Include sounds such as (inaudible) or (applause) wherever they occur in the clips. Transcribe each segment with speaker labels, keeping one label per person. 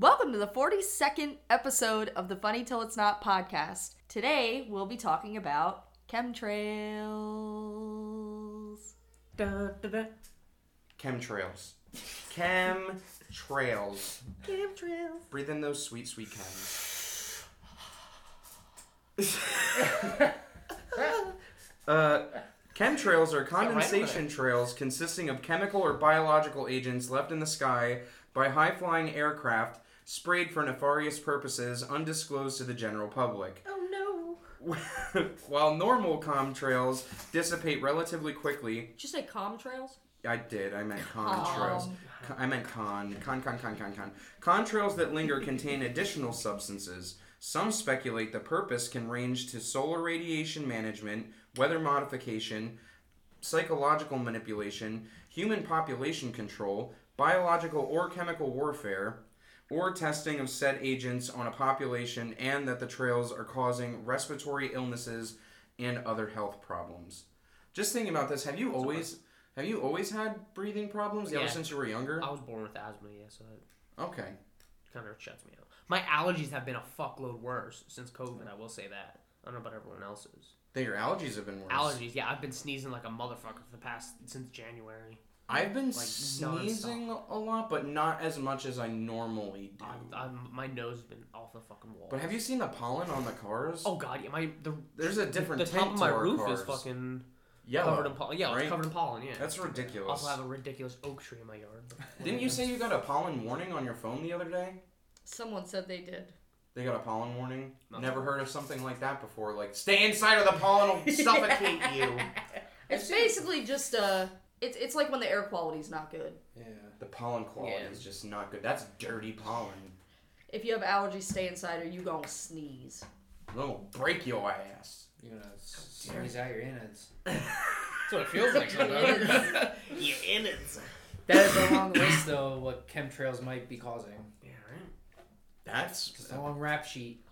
Speaker 1: to the 42nd episode of the Funny Till It's Not podcast. Today, we'll be talking about chemtrails.
Speaker 2: Dun, dun, dun.
Speaker 3: Chemtrails. Chemtrails.
Speaker 2: Chemtrails.
Speaker 3: Breathe in those sweet, sweet chems.
Speaker 2: (laughs)
Speaker 3: uh, chemtrails are condensation trails consisting of chemical or biological agents left in the sky by high flying aircraft sprayed for nefarious purposes undisclosed to the general public.
Speaker 2: Oh no.
Speaker 3: (laughs) While normal chemtrails dissipate relatively quickly,
Speaker 1: Did you say comtrails?
Speaker 3: I did. I meant contrails.
Speaker 1: Con.
Speaker 3: Co- I meant con. Con, con, con, con, con. Contrails that linger contain additional substances. Some speculate the purpose can range to solar radiation management, weather modification, psychological manipulation, human population control, biological or chemical warfare, or testing of said agents on a population, and that the trails are causing respiratory illnesses and other health problems. Just thinking about this, have you always have you always had breathing problems ever
Speaker 2: Yeah.
Speaker 3: since you were younger?
Speaker 2: I was born with asthma, yeah, so that
Speaker 3: Okay.
Speaker 2: kind of shuts me out. My allergies have been a fuckload worse since COVID. I will say that. I don't know about everyone else's.
Speaker 3: Then your allergies have been worse.
Speaker 2: Allergies, yeah, I've been sneezing like a motherfucker for the past since January.
Speaker 3: I've been
Speaker 2: nonstop.
Speaker 3: sneezing a lot, but not as much as I normally do.
Speaker 2: I've, I'm, my nose has been off the fucking wall.
Speaker 3: But have you seen the pollen on the cars?
Speaker 2: oh god, yeah, my the
Speaker 3: There's a different
Speaker 2: the top
Speaker 3: tint
Speaker 2: of my
Speaker 3: to our
Speaker 2: roof
Speaker 3: cars.
Speaker 2: is fucking
Speaker 3: Yellow,
Speaker 2: covered in pollen. Yeah,
Speaker 3: right?
Speaker 2: it's covered in pollen. Yeah.
Speaker 3: That's
Speaker 2: I
Speaker 3: ridiculous.
Speaker 2: also have a ridiculous oak tree in my yard.
Speaker 3: (laughs)
Speaker 2: but-
Speaker 3: Didn't you say you got a pollen warning on your phone the other day?
Speaker 1: Someone said they did.
Speaker 3: They got a pollen warning.
Speaker 2: No.
Speaker 3: Never heard of something like that before. Like, stay inside or the pollen will suffocate you.
Speaker 1: It's basically just uh It's, it's like when the air quality's not good.
Speaker 3: Yeah. The pollen quality
Speaker 2: Yeah.
Speaker 3: is just not good. That's dirty pollen.
Speaker 1: If you have allergies, stay inside or you gonna sneeze.
Speaker 3: It'll break your ass.
Speaker 4: You're gonna sneeze out your innards.
Speaker 2: That's what it
Speaker 3: (laughs)
Speaker 4: Feels
Speaker 2: (laughs)
Speaker 4: like sometimes.
Speaker 2: yeah, in it.
Speaker 4: (laughs) that is along the list, though, of what chemtrails might be causing.
Speaker 2: Yeah, right.
Speaker 3: That's.
Speaker 4: It's a long
Speaker 3: (laughs)
Speaker 4: rap sheet.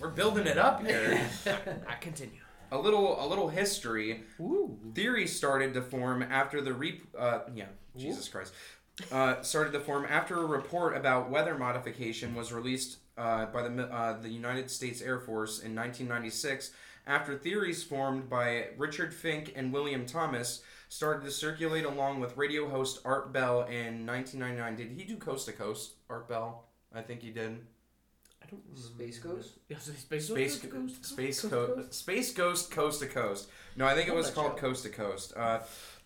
Speaker 3: We're building it up here.
Speaker 4: (laughs)
Speaker 2: I continue.
Speaker 3: a little, a little history.
Speaker 4: Ooh.
Speaker 3: Theories started to form after the re. Uh, yeah, Jesus Christ. Uh, started to form after a report about weather modification was released uh, by the mi- uh, the United States Air Force in 1996. After theories formed by Richard Fink and William Thomas started to circulate along with radio host Art Bell in 1999. Did he do Coast to Coast? Art Bell, I think he did.
Speaker 2: I don't remember.
Speaker 4: Space Ghost?
Speaker 2: Yeah, so space,
Speaker 3: Space,
Speaker 2: Ghost, Ghost,
Speaker 3: space,
Speaker 2: Ghost,
Speaker 3: co-
Speaker 2: Ghost.
Speaker 3: space Ghost Coast to Coast. No, I think it
Speaker 4: Love
Speaker 3: was
Speaker 4: that
Speaker 3: called
Speaker 4: show.
Speaker 3: Coast to Coast. Uh,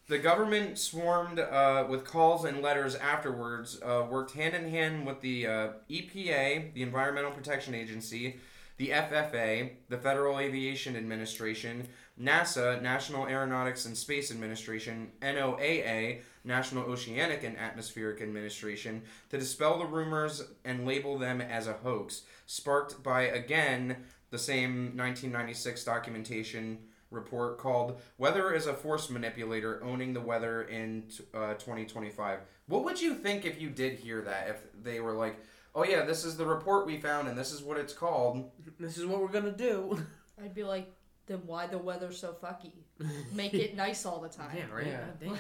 Speaker 3: the government swarmed uh, with calls and letters afterwards, uh, worked hand in hand with the uh, EPA, the Environmental Protection Agency, the FFA, the Federal Aviation Administration, NASA, National Aeronautics and Space Administration, NOAA, National Oceanic and Atmospheric Administration, to dispel the rumors and label them as a hoax, sparked by, again, the same 1996 documentation report called Weather is a Force Manipulator Owning the Weather in uh, 2025. What would you think if you did hear that? If they were like, oh yeah, this is the report we found and this is what it's called.
Speaker 2: This is what we're gonna do. (laughs)
Speaker 1: I'd be like, then why the weather so fucky? Make (laughs) it nice all the time.
Speaker 2: Yeah, right.
Speaker 4: Yeah.
Speaker 2: God damn.
Speaker 3: Well,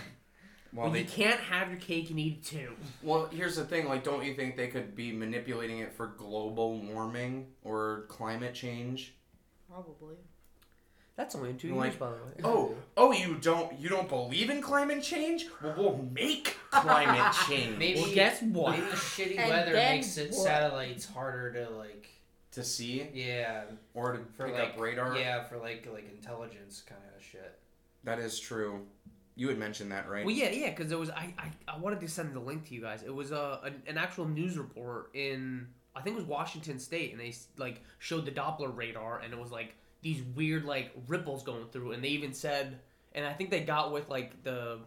Speaker 2: Well,
Speaker 3: they
Speaker 2: you can't have your cake and eat it too.
Speaker 3: Well, here's the thing. Like, don't you think they could be manipulating it for global warming or climate change?
Speaker 1: Probably.
Speaker 2: That's only in two
Speaker 3: You
Speaker 2: years,
Speaker 3: like-
Speaker 2: by the way.
Speaker 3: Oh, oh, you don't, you don't believe in climate change? Well, we'll make
Speaker 4: (laughs)
Speaker 3: climate change
Speaker 4: Maybe-
Speaker 2: well, guess what?
Speaker 4: Maybe the shitty
Speaker 1: And
Speaker 4: weather
Speaker 1: then
Speaker 4: makes it
Speaker 1: what?
Speaker 4: satellites harder to, like,
Speaker 3: to see
Speaker 4: yeah,
Speaker 3: or to
Speaker 4: for
Speaker 3: pick
Speaker 4: like
Speaker 3: up radar.
Speaker 4: Yeah, for like like intelligence kind of
Speaker 3: (laughs)
Speaker 4: shit.
Speaker 3: That is true. You had mentioned that, right?
Speaker 2: Well, yeah, yeah, because it was I, I I wanted to send the link to you guys. It was a an, an actual news report in I think it was Washington State, and they s- like showed the Doppler radar, and it was like these weird like ripples going through, and they even said, and I think they got with like the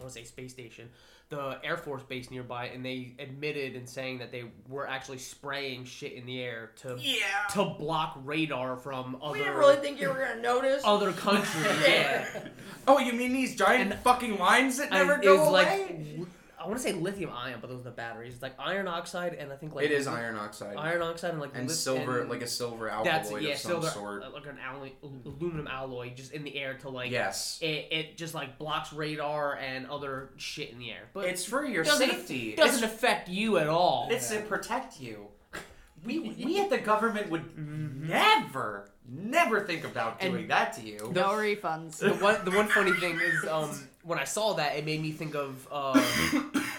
Speaker 2: I want to say space station, the Air Force base nearby, and they admitted and saying that they were actually spraying shit in the air to
Speaker 1: Yeah.
Speaker 2: to block radar from other
Speaker 1: We didn't really think you were gonna notice. (laughs)
Speaker 2: other countries. yeah.
Speaker 4: (laughs)
Speaker 3: Oh, you mean these giant
Speaker 2: And-
Speaker 3: fucking lines that never
Speaker 2: and
Speaker 3: go
Speaker 2: is
Speaker 3: away?
Speaker 2: like w- I want to say lithium ion, but those are the batteries. It's like iron oxide, and I think like
Speaker 3: it is iron oxide
Speaker 2: iron oxide and like
Speaker 3: and
Speaker 2: lit-
Speaker 3: silver,
Speaker 2: and
Speaker 3: like a silver alloy
Speaker 2: that's
Speaker 3: of
Speaker 2: yeah,
Speaker 3: some
Speaker 2: silver,
Speaker 3: sort.
Speaker 2: uh, like an alloy, al- aluminum alloy, just in the air to like
Speaker 3: yes,
Speaker 2: it, it just like blocks radar and other shit in the air. But
Speaker 5: It's for your
Speaker 2: Doesn't-
Speaker 5: safety.
Speaker 2: it doesn't affect you at all.
Speaker 5: It's to protect you. We,
Speaker 2: (laughs)
Speaker 5: we at the government would never, never think about doing that to you.
Speaker 1: No refunds.
Speaker 2: (laughs) the one the one funny thing is um when I saw that it made me think of uh (coughs)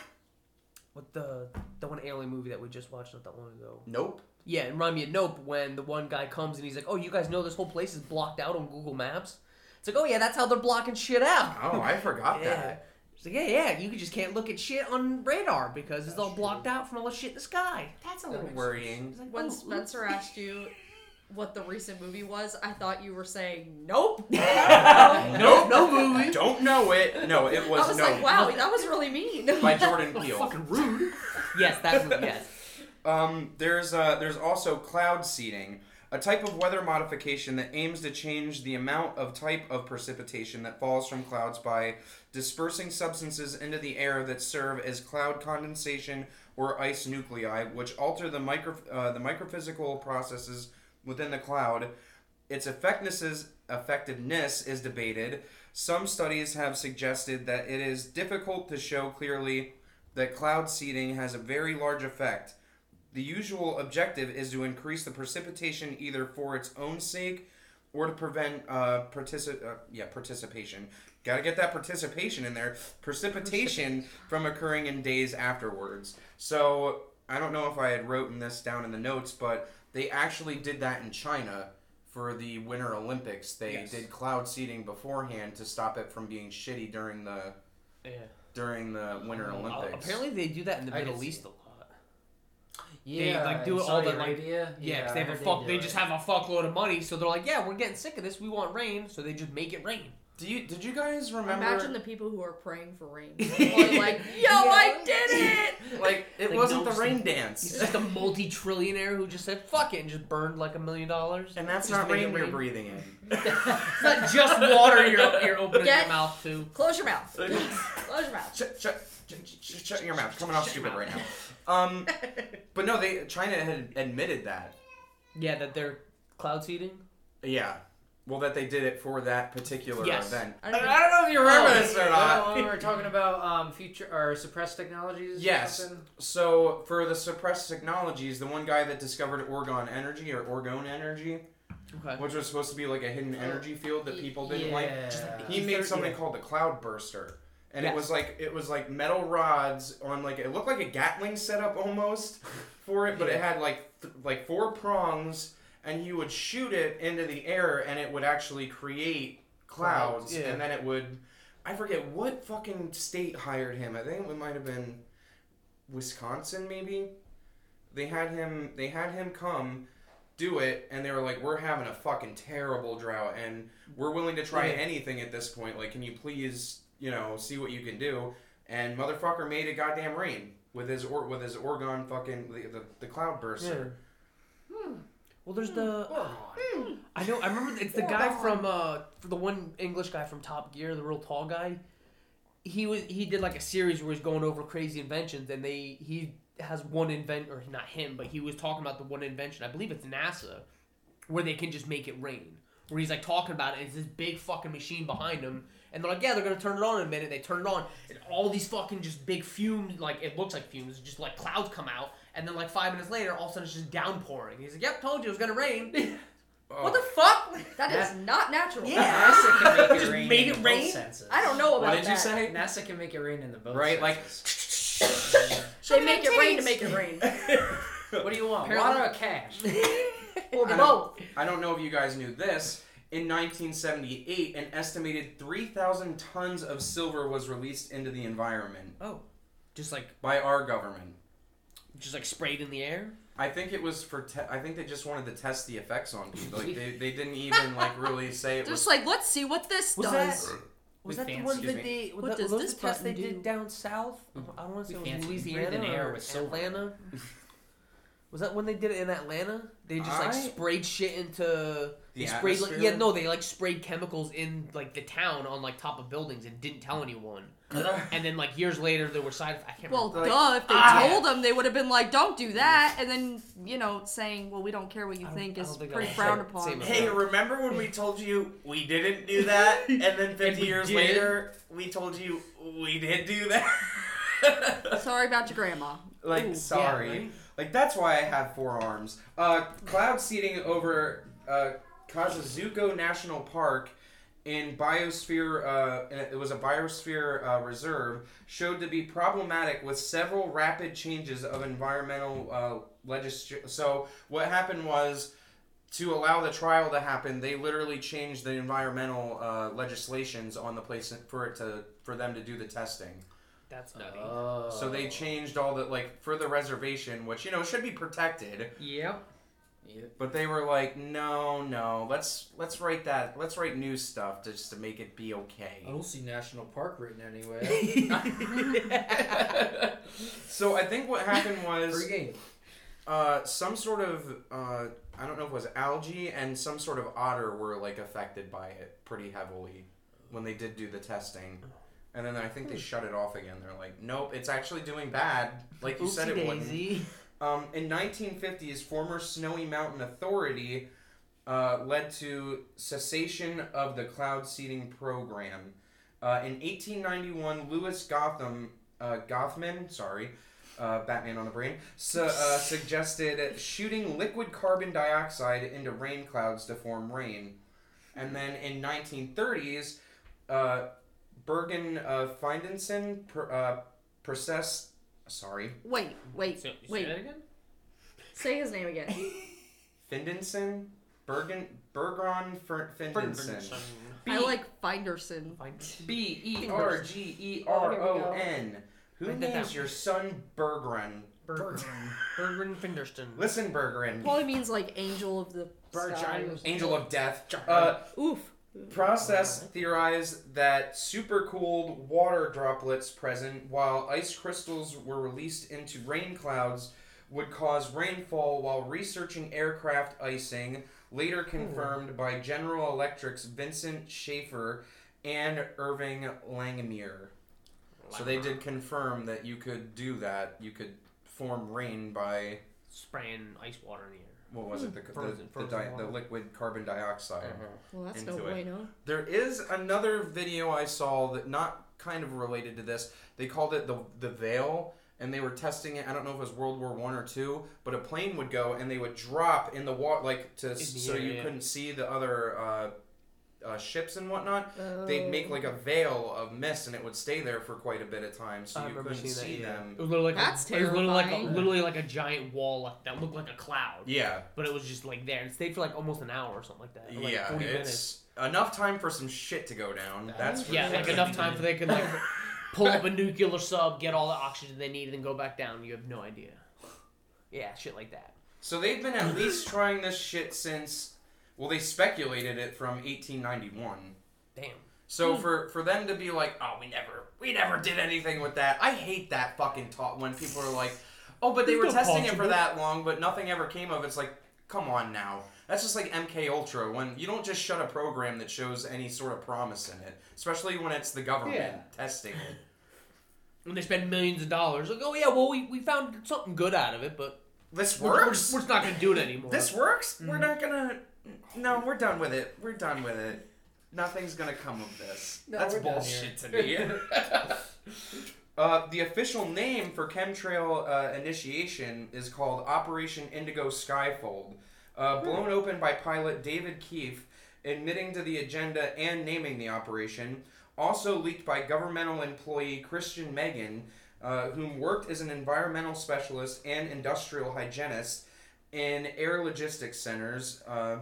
Speaker 2: what the the one alien movie that we just watched not that long ago.
Speaker 3: nope.
Speaker 2: Yeah, it reminded me of Nope when the one guy comes and he's like, "Oh, you guys know this whole place is blocked out on Google Maps." It's like, "Oh yeah, that's how they're blocking shit out."
Speaker 3: Oh, I
Speaker 2: (laughs)
Speaker 3: forgot
Speaker 2: Yeah.
Speaker 3: that.
Speaker 2: It's like, yeah, yeah, you just can't look at shit on radar because it's all blocked out from all the shit in the sky.
Speaker 5: That's a
Speaker 4: That
Speaker 5: little
Speaker 4: makes
Speaker 5: worrying.
Speaker 3: (laughs)
Speaker 2: It's like,
Speaker 1: When
Speaker 2: oh,
Speaker 1: Spencer
Speaker 2: oops.
Speaker 1: asked (laughs) you what the recent movie was, I thought you were saying nope. nope.
Speaker 2: (laughs) no, no movie.
Speaker 3: Don't know it. No, it was,
Speaker 1: I was
Speaker 3: no
Speaker 1: like, wow, that was really mean.
Speaker 2: (laughs)
Speaker 3: by
Speaker 1: (laughs)
Speaker 3: Jordan Peele.
Speaker 2: Fucking rude. yes, that's yes.
Speaker 3: Um, there's uh, there's also cloud seeding, a type of weather modification that aims to change the amount of type of precipitation that falls from clouds by dispersing substances into the air that serve as cloud condensation or ice nuclei, which alter the micro uh, the microphysical processes within the cloud. Its effectiveness effectiveness is debated. Some studies have suggested that it is difficult to show clearly that cloud seeding has a very large effect. The usual objective is to increase the precipitation either for its own sake or to prevent uh, partici- uh yeah participation. Got to get that participation in there. Precipitation from occurring in days afterwards. So I don't know if I had written this down in the notes, but they actually did that in China for the Winter Olympics. They
Speaker 2: Yes.
Speaker 3: did cloud seeding beforehand to stop it from being shitty during the
Speaker 2: Yeah.
Speaker 3: during the Winter Olympics.
Speaker 2: Mm, uh, Apparently, they do that in the
Speaker 4: I can
Speaker 2: Middle
Speaker 4: see
Speaker 2: East
Speaker 4: it.
Speaker 2: a lot.
Speaker 4: Yeah,
Speaker 2: like,
Speaker 4: in
Speaker 2: do it all
Speaker 4: Saudi
Speaker 2: the, like-
Speaker 4: Arabia.
Speaker 2: Yeah, because
Speaker 4: I
Speaker 2: they have a
Speaker 4: heard
Speaker 2: fuck.
Speaker 4: do
Speaker 2: They
Speaker 4: it.
Speaker 2: just have a fuckload of money, so they're like, "Yeah, we're getting sick of this. We want rain." So they just make it rain.
Speaker 3: Do you did you guys remember?
Speaker 1: Imagine the people who are praying for
Speaker 3: (laughs)
Speaker 1: rain. Or like, yo, I did it!
Speaker 3: like it
Speaker 2: Like,
Speaker 3: wasn't
Speaker 2: no
Speaker 3: the rain dance.
Speaker 2: He's just a multi-trillionaire who just said "fuck it" and just burned like a million dollars.
Speaker 3: And that's
Speaker 2: Just
Speaker 3: not
Speaker 2: make it
Speaker 3: rain you're
Speaker 2: rain.
Speaker 3: breathing in.
Speaker 2: It's (laughs) not just water you're, you're opening
Speaker 1: Get-
Speaker 2: your mouth to.
Speaker 1: Close your mouth. Close your mouth.
Speaker 3: (laughs) shut, shut, shut, shut, shut your mouth. Coming off stupid right now.
Speaker 2: (laughs)
Speaker 3: Um, but no, they China had admitted that.
Speaker 2: Yeah, that they're cloud seeding.
Speaker 3: Yeah. Well, that they did it for that particular
Speaker 2: Yes.
Speaker 3: event.
Speaker 1: I
Speaker 3: I
Speaker 1: don't
Speaker 3: don't,
Speaker 1: even-
Speaker 3: know if you remember
Speaker 4: Oh,
Speaker 3: this or
Speaker 4: yeah,
Speaker 3: not.
Speaker 4: when we were talking about um, future or suppressed technologies. or
Speaker 3: Yes.
Speaker 4: something?
Speaker 3: So for the suppressed technologies, the one guy that discovered Orgon energy or Orgone energy,
Speaker 2: Okay.
Speaker 3: which was supposed to be like a
Speaker 2: Oh,
Speaker 3: hidden energy field that people didn't
Speaker 4: yeah.
Speaker 3: like, he
Speaker 2: Ether-
Speaker 3: made
Speaker 4: (laughs)
Speaker 3: something
Speaker 2: yeah.
Speaker 3: called the cloud burster and
Speaker 2: Yes.
Speaker 3: it was like it was like metal rods on like it looked like a gatling setup almost for it but it
Speaker 2: Yeah.
Speaker 3: had like th- like four prongs and you would shoot it into the air and it would actually create clouds
Speaker 2: Clouds, yeah.
Speaker 3: and then it would i forget what fucking state hired him i think it might have been wisconsin maybe they had him they had him come do it and they were like we're having a fucking terrible drought and we're willing to try
Speaker 2: Yeah.
Speaker 3: anything at this point like can you please you know see what you can do and motherfucker made a goddamn rain with his or with his orgon fucking the the, the cloud burster
Speaker 2: Hmm. Well, there's the. I know. I remember. It's the guy from uh, for the one English guy from Top Gear, the real tall guy. He was. He did like a series where he's going over crazy inventions, and they he has one invent or not him, but he was talking about the one invention. I believe it's NASA, where they can just make it rain. Where he's like talking about it, and it's this big fucking machine behind him, and they're like, yeah, they're gonna turn it on in a minute. They turn it on, and all these fucking just big fumes, like it looks like fumes, just like clouds come out, and then like five minutes later, all of a sudden it's just downpouring. He's like, yep, told you it was gonna rain. (laughs)
Speaker 3: Oh,
Speaker 2: What the fuck?
Speaker 1: That is not natural.
Speaker 2: Yeah.
Speaker 4: NASA can make
Speaker 2: Just
Speaker 4: it rain.
Speaker 2: made
Speaker 4: in
Speaker 2: it
Speaker 4: both
Speaker 2: rain?
Speaker 4: senses.
Speaker 1: I don't know about
Speaker 3: what did you
Speaker 1: that.
Speaker 3: say
Speaker 4: NASA can make it rain in the boat.
Speaker 3: right like
Speaker 1: They make it rain to make it rain.
Speaker 3: (laughs)
Speaker 4: what do you want?
Speaker 2: Apparently-
Speaker 4: Water or cash?
Speaker 1: Well, both.
Speaker 3: I don't, I don't know if you guys knew this. In 1978, an estimated 3,000 tons of silver was released into the environment
Speaker 2: Oh, just like
Speaker 3: by our government.
Speaker 2: just like sprayed in the air.
Speaker 3: I think it was for. Te- I think they just wanted to test the effects on people. Like they, they didn't even like really
Speaker 2: (laughs)
Speaker 3: say it
Speaker 1: Just
Speaker 3: was.
Speaker 1: like, let's see what this
Speaker 2: Was
Speaker 1: does.
Speaker 2: that- Was
Speaker 4: We
Speaker 2: that the
Speaker 4: fancy-
Speaker 2: one
Speaker 3: excuse
Speaker 2: that they?
Speaker 1: What
Speaker 2: was that-
Speaker 1: does
Speaker 2: was
Speaker 1: this
Speaker 2: the test they
Speaker 1: button do?
Speaker 2: Mm-hmm. did down south? I don't want to say
Speaker 4: We
Speaker 2: it was
Speaker 4: fancy- we breathe
Speaker 2: Louisiana
Speaker 4: in air
Speaker 2: or
Speaker 4: with silver.
Speaker 2: Atlanta. Was that when they did it in Atlanta? They just like
Speaker 3: I-
Speaker 2: sprayed shit into. They
Speaker 3: The
Speaker 2: sprayed like,
Speaker 3: atmosphere?
Speaker 2: yeah no they like sprayed chemicals in like the town on like top of buildings and didn't tell anyone. and then like years later there were side I can't
Speaker 1: Well,
Speaker 5: Like,
Speaker 2: remember.
Speaker 1: duh. If they
Speaker 5: ah.
Speaker 1: told them, they would have been like, "Don't do that," and then you know, saying, "Well, we don't care what you
Speaker 2: I don't-
Speaker 1: think,"
Speaker 2: I
Speaker 1: is
Speaker 2: don't think I
Speaker 1: pretty
Speaker 2: would
Speaker 1: frowned
Speaker 2: say- say
Speaker 1: upon. (laughs)
Speaker 2: much.
Speaker 5: Hey, remember when we told you we didn't do that, and then 50
Speaker 2: And we
Speaker 5: years
Speaker 2: did.
Speaker 5: later we told you we did do that? (laughs)
Speaker 1: Sorry about your grandma.
Speaker 3: Like,
Speaker 1: Ooh,
Speaker 3: sorry.
Speaker 2: yeah, right?
Speaker 3: Like, that's why I have four arms. Uh, cloud seeding over uh, Kazazuko National Park in biosphere, uh, it was a biosphere uh, reserve, showed to be problematic with several rapid changes of environmental uh, legislation. So, what happened was to allow the trial to happen, they literally changed the environmental uh, legislations on the place for it to for them to do the testing.
Speaker 2: That's nutty. (laughs)
Speaker 4: (laughs) Oh.
Speaker 3: So they changed all the like for the reservation, which you know should be protected,
Speaker 2: yep.
Speaker 4: Yeah.
Speaker 3: but they were like, no, no, let's let's write that, let's write new stuff to, just to make it be
Speaker 4: I
Speaker 3: okay.
Speaker 4: don't see National Park written anyway.
Speaker 3: So I think what happened
Speaker 4: (laughs) Free
Speaker 3: was
Speaker 4: game.
Speaker 3: uh, some sort of uh, I don't know if it was algae and some sort of otter were like affected by it pretty heavily when they did do the testing. And then I think
Speaker 4: Hmm.
Speaker 3: they shut it off again. They're like, nope, it's actually doing bad. Like you said, it wouldn't. Um, in 1950s, former Snowy Mountain Authority uh, led to cessation of the cloud seeding program. Uh, in 1891, Lewis Gotham uh, Goffman, sorry, uh, Batman on the brain, su- uh, suggested shooting liquid carbon dioxide into rain clouds to form rain. And then in 1930s, uh, Bergen uh, Feindensen pr- uh, processed. Sorry,
Speaker 1: Wait, wait,
Speaker 2: So, say
Speaker 1: wait.
Speaker 2: that again?
Speaker 1: Say his name again.
Speaker 3: Findensen? Bergen Bergon Fer- Findensen.
Speaker 1: I like Finderson.
Speaker 3: B E R G E R O N. Who
Speaker 2: Write that
Speaker 3: names
Speaker 2: down.
Speaker 3: your son Bergren?
Speaker 2: Bergen Finderston.
Speaker 3: Listen, Bergren.
Speaker 1: Probably means like angel of the sky.
Speaker 3: Angel of Death. Uh,
Speaker 1: Oof.
Speaker 3: process theorized that supercooled water droplets present while ice crystals were released into rain clouds would cause rainfall while researching aircraft icing, later
Speaker 2: Hmm.
Speaker 3: confirmed by General Electric's Vincent Schaefer and Irving Langmuir. So they did confirm that you could do that. You could form rain by
Speaker 2: Spraying ice water in the air.
Speaker 3: what was it? The,
Speaker 2: Frozen-
Speaker 3: the, the,
Speaker 2: frozen
Speaker 3: di- the
Speaker 2: water. Uh-huh.
Speaker 3: liquid carbon dioxide.
Speaker 1: Well, that's no
Speaker 3: Into it.
Speaker 1: bueno.
Speaker 3: There is another video I saw that not kind of related to this. They called it the the veil, and they were testing it. I don't know if it was World War One or two, but a plane would go and they would drop in the water, like to
Speaker 2: the
Speaker 3: so
Speaker 2: air,
Speaker 3: you
Speaker 2: yeah.
Speaker 3: couldn't see the other uh, uh, ships and whatnot.
Speaker 1: Oh.
Speaker 3: They'd make like a veil of mist, and it would stay there for quite a bit of time, so
Speaker 2: I
Speaker 3: you
Speaker 2: remember
Speaker 3: couldn't
Speaker 2: seeing
Speaker 3: see
Speaker 2: that, yeah.
Speaker 3: them.
Speaker 2: It was literally like
Speaker 1: That's
Speaker 2: a, It was literally like, a,
Speaker 1: terrifying.
Speaker 2: literally like a giant wall like, that looked like a cloud.
Speaker 3: Yeah,
Speaker 2: But it was just like there. and It stayed for like almost an hour or something like that. or, Like
Speaker 3: yeah,
Speaker 2: 40 minutes.
Speaker 3: it's enough time for some shit to go down. That's for
Speaker 2: Yeah,
Speaker 3: sure.
Speaker 2: like enough time for they could
Speaker 3: (laughs)
Speaker 2: like pull up a nuclear sub, get all the oxygen they need, and then go back down. You have no idea. Yeah, shit like that.
Speaker 3: So they've been at least trying this shit since, well, they speculated it from 1891.
Speaker 2: Damn. Hmm.
Speaker 3: So for for them to be like, oh, we never we never did anything with that. I hate that fucking talk when people are like, oh, but they
Speaker 2: It's
Speaker 3: were
Speaker 2: not
Speaker 3: testing it for
Speaker 2: possible.
Speaker 3: that long, but nothing ever came of it. It's like, come on now. That's just like MK Ultra when you don't just shut a program that shows any sort of promise in it, especially when it's the government
Speaker 4: Yeah.
Speaker 3: testing it.
Speaker 2: When they spend millions of dollars, like, oh yeah, well we, we found something good out of it, but
Speaker 3: This
Speaker 2: we're, we're,
Speaker 3: works.
Speaker 2: just, we're just not gonna do it anymore.
Speaker 3: this works. We're not gonna. No, we're done with it. We're done with it. Nothing's gonna come of this.
Speaker 4: No,
Speaker 3: That's
Speaker 4: we're done
Speaker 3: bullshit to me.
Speaker 4: (laughs)
Speaker 3: (laughs) Uh, the official name for chemtrail uh, initiation is called Operation Indigo Skyfold, uh,
Speaker 4: Hmm.
Speaker 3: blown open by pilot David Keefe, admitting to the agenda and naming the operation. Also leaked by governmental employee Christian Megan, uh, whom worked as an environmental specialist and industrial hygienist in air logistics centers. Uh,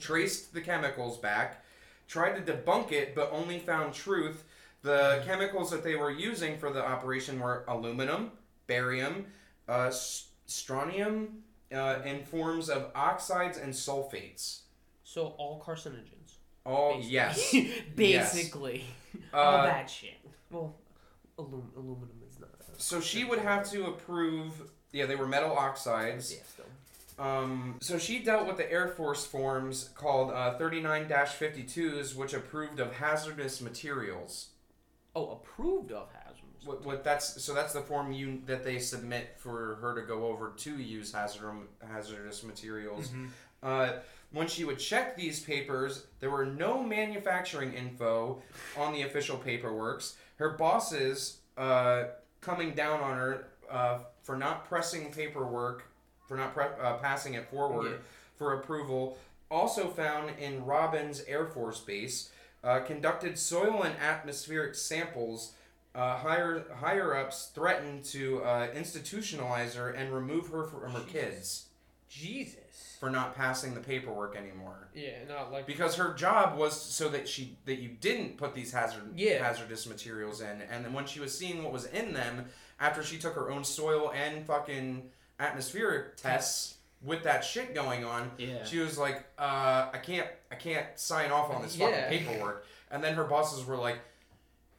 Speaker 3: traced the chemicals back, tried to debunk it, but only found truth. The chemicals that they were using for the operation were aluminum, barium, uh, s- strontium, uh, in forms of oxides and sulfates.
Speaker 2: so all carcinogens.
Speaker 3: Oh yes, Yes.
Speaker 2: Basically, (laughs) all
Speaker 3: uh,
Speaker 2: that shit. Well, alum- aluminum is not.
Speaker 3: so she would have to approve Yeah, they were metal oxides.
Speaker 2: Yeah, still.
Speaker 3: Um, so she dealt with the Air Force forms called uh, 39 52s, which approved of hazardous materials.
Speaker 2: Oh, approved of hazards.
Speaker 3: What, what that's so that's the form you that they submit for her to go over to use hazard, hazardous materials. Uh, when she would check these papers, there were no manufacturing info on the official paperworks. Her bosses uh, coming down on her uh, for not pressing paperwork, for not pre- uh, passing it forward
Speaker 2: Yeah.
Speaker 3: for approval, also found in Robbins Air Force Base, uh, conducted soil and atmospheric samples. Uh, higher higher ups threatened to uh, institutionalize her and remove her from her kids
Speaker 2: Jesus.
Speaker 3: for not passing the paperwork anymore.
Speaker 2: Yeah, not like.
Speaker 3: Because her job was so that she that you didn't put these hazard
Speaker 2: Yeah.
Speaker 3: hazardous materials in, and then when she was seeing what was in them, after she took her own soil and fucking atmospheric tests with that shit going on,
Speaker 4: Yeah.
Speaker 3: she was like, uh, "I can't, I can't sign off on this
Speaker 2: Yeah.
Speaker 3: fucking paperwork." And then her bosses were like,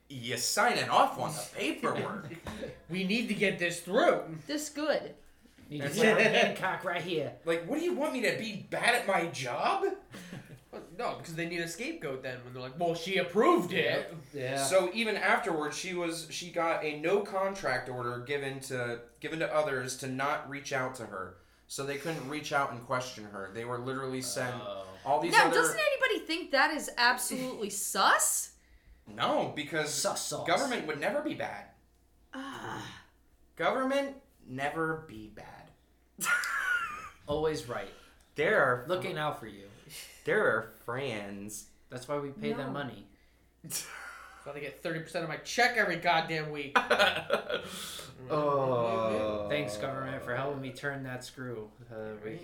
Speaker 3: "You signing off on the
Speaker 2: (laughs)
Speaker 3: paperwork?"
Speaker 2: we need to get this through.
Speaker 1: This good.
Speaker 4: Need
Speaker 3: It's
Speaker 4: to put a Hancock right here.
Speaker 3: (laughs) like, what do you want me to be bad at my job?
Speaker 2: Well, No, because they need a scapegoat then when they're like, well, she approved it.
Speaker 4: Yeah.
Speaker 3: So even afterwards, she was she got a no contract order given to given to others to not reach out to her, so they couldn't reach out and question her. They were literally sent
Speaker 4: Oh.
Speaker 3: all these
Speaker 1: Now,
Speaker 3: other
Speaker 1: doesn't anybody think that is
Speaker 2: (laughs)
Speaker 1: absolutely sus?
Speaker 3: no because
Speaker 4: Sus sauce.
Speaker 3: government would never be bad. government never be bad.
Speaker 4: Always right.
Speaker 3: There are
Speaker 4: Looking out for you.
Speaker 3: there are
Speaker 4: (laughs)
Speaker 3: friends.
Speaker 4: That's why we pay
Speaker 1: No.
Speaker 4: them money.
Speaker 2: So they get 30% of my check every goddamn week.
Speaker 3: Oh,
Speaker 4: Thanks, government, for helping me turn that screw. Uh, we,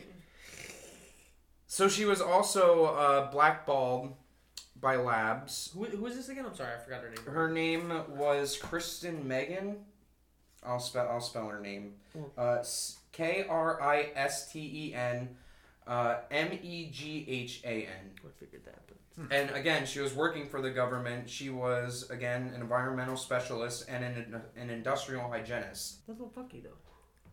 Speaker 3: So she was also uh, blackballed by labs.
Speaker 2: Who, who is this again? I'm sorry, I forgot her name.
Speaker 3: Her name was Kristen Megan. I'll spell I'll spell her name. Uh, K R I S T E N uh, M E G H A N.
Speaker 2: I figured that, but.
Speaker 3: And again, she was working for the government. She was again an environmental specialist and an, an industrial hygienist.
Speaker 2: That's a little fucky, though.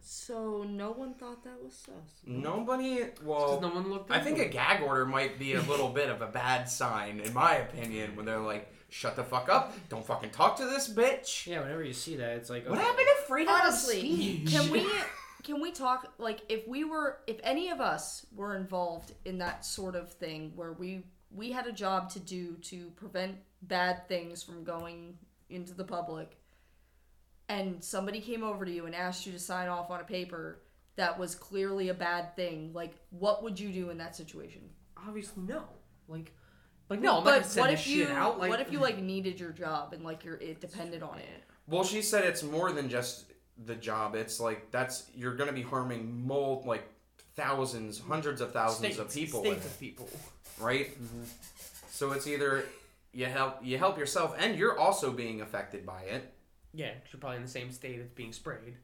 Speaker 1: So no one thought that was sus.
Speaker 3: Nobody.
Speaker 2: Because
Speaker 3: Well,
Speaker 2: no one looked
Speaker 3: I think
Speaker 2: into
Speaker 3: a gag order might be a little bit of a bad sign, in my opinion, when they're like, "Shut the fuck up! Don't fucking talk to this bitch."
Speaker 4: yeah, whenever you see that, it's like,
Speaker 3: What
Speaker 4: okay.
Speaker 3: happened to freedom
Speaker 1: Honestly,
Speaker 3: of speech?
Speaker 1: can we can we talk like if we were if any of us were involved in that sort of thing where we we had a job to do to prevent bad things from going into the public and somebody came over to you and asked you to sign off on a paper that was clearly a bad thing, like what would you do in that situation?
Speaker 2: Obviously, no. Like, like no, I'm not
Speaker 1: but
Speaker 2: gonna send
Speaker 1: what
Speaker 2: this
Speaker 1: if you
Speaker 2: shit out. Like,
Speaker 1: what if you
Speaker 2: (laughs)
Speaker 1: like needed your job and like you're it depended on it?
Speaker 3: Well, she said it's more than just the job. It's like that's you're going to be harming mold like thousands, hundreds of thousands
Speaker 2: states,
Speaker 3: of people,
Speaker 2: states
Speaker 3: with
Speaker 2: of people.
Speaker 3: it, right? So it's either you help you help yourself, and you're also being affected by it
Speaker 2: Yeah, 'cause you're probably in the same state it's being sprayed.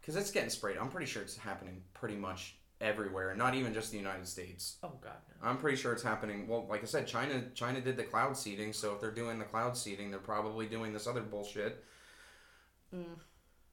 Speaker 3: because it's getting sprayed. I'm pretty sure it's happening pretty much everywhere, not even just the United States.
Speaker 2: Oh god, no.
Speaker 3: I'm pretty sure it's happening. Well, like I said, China China did the cloud seeding, so if they're doing the cloud seeding, they're probably doing this other bullshit.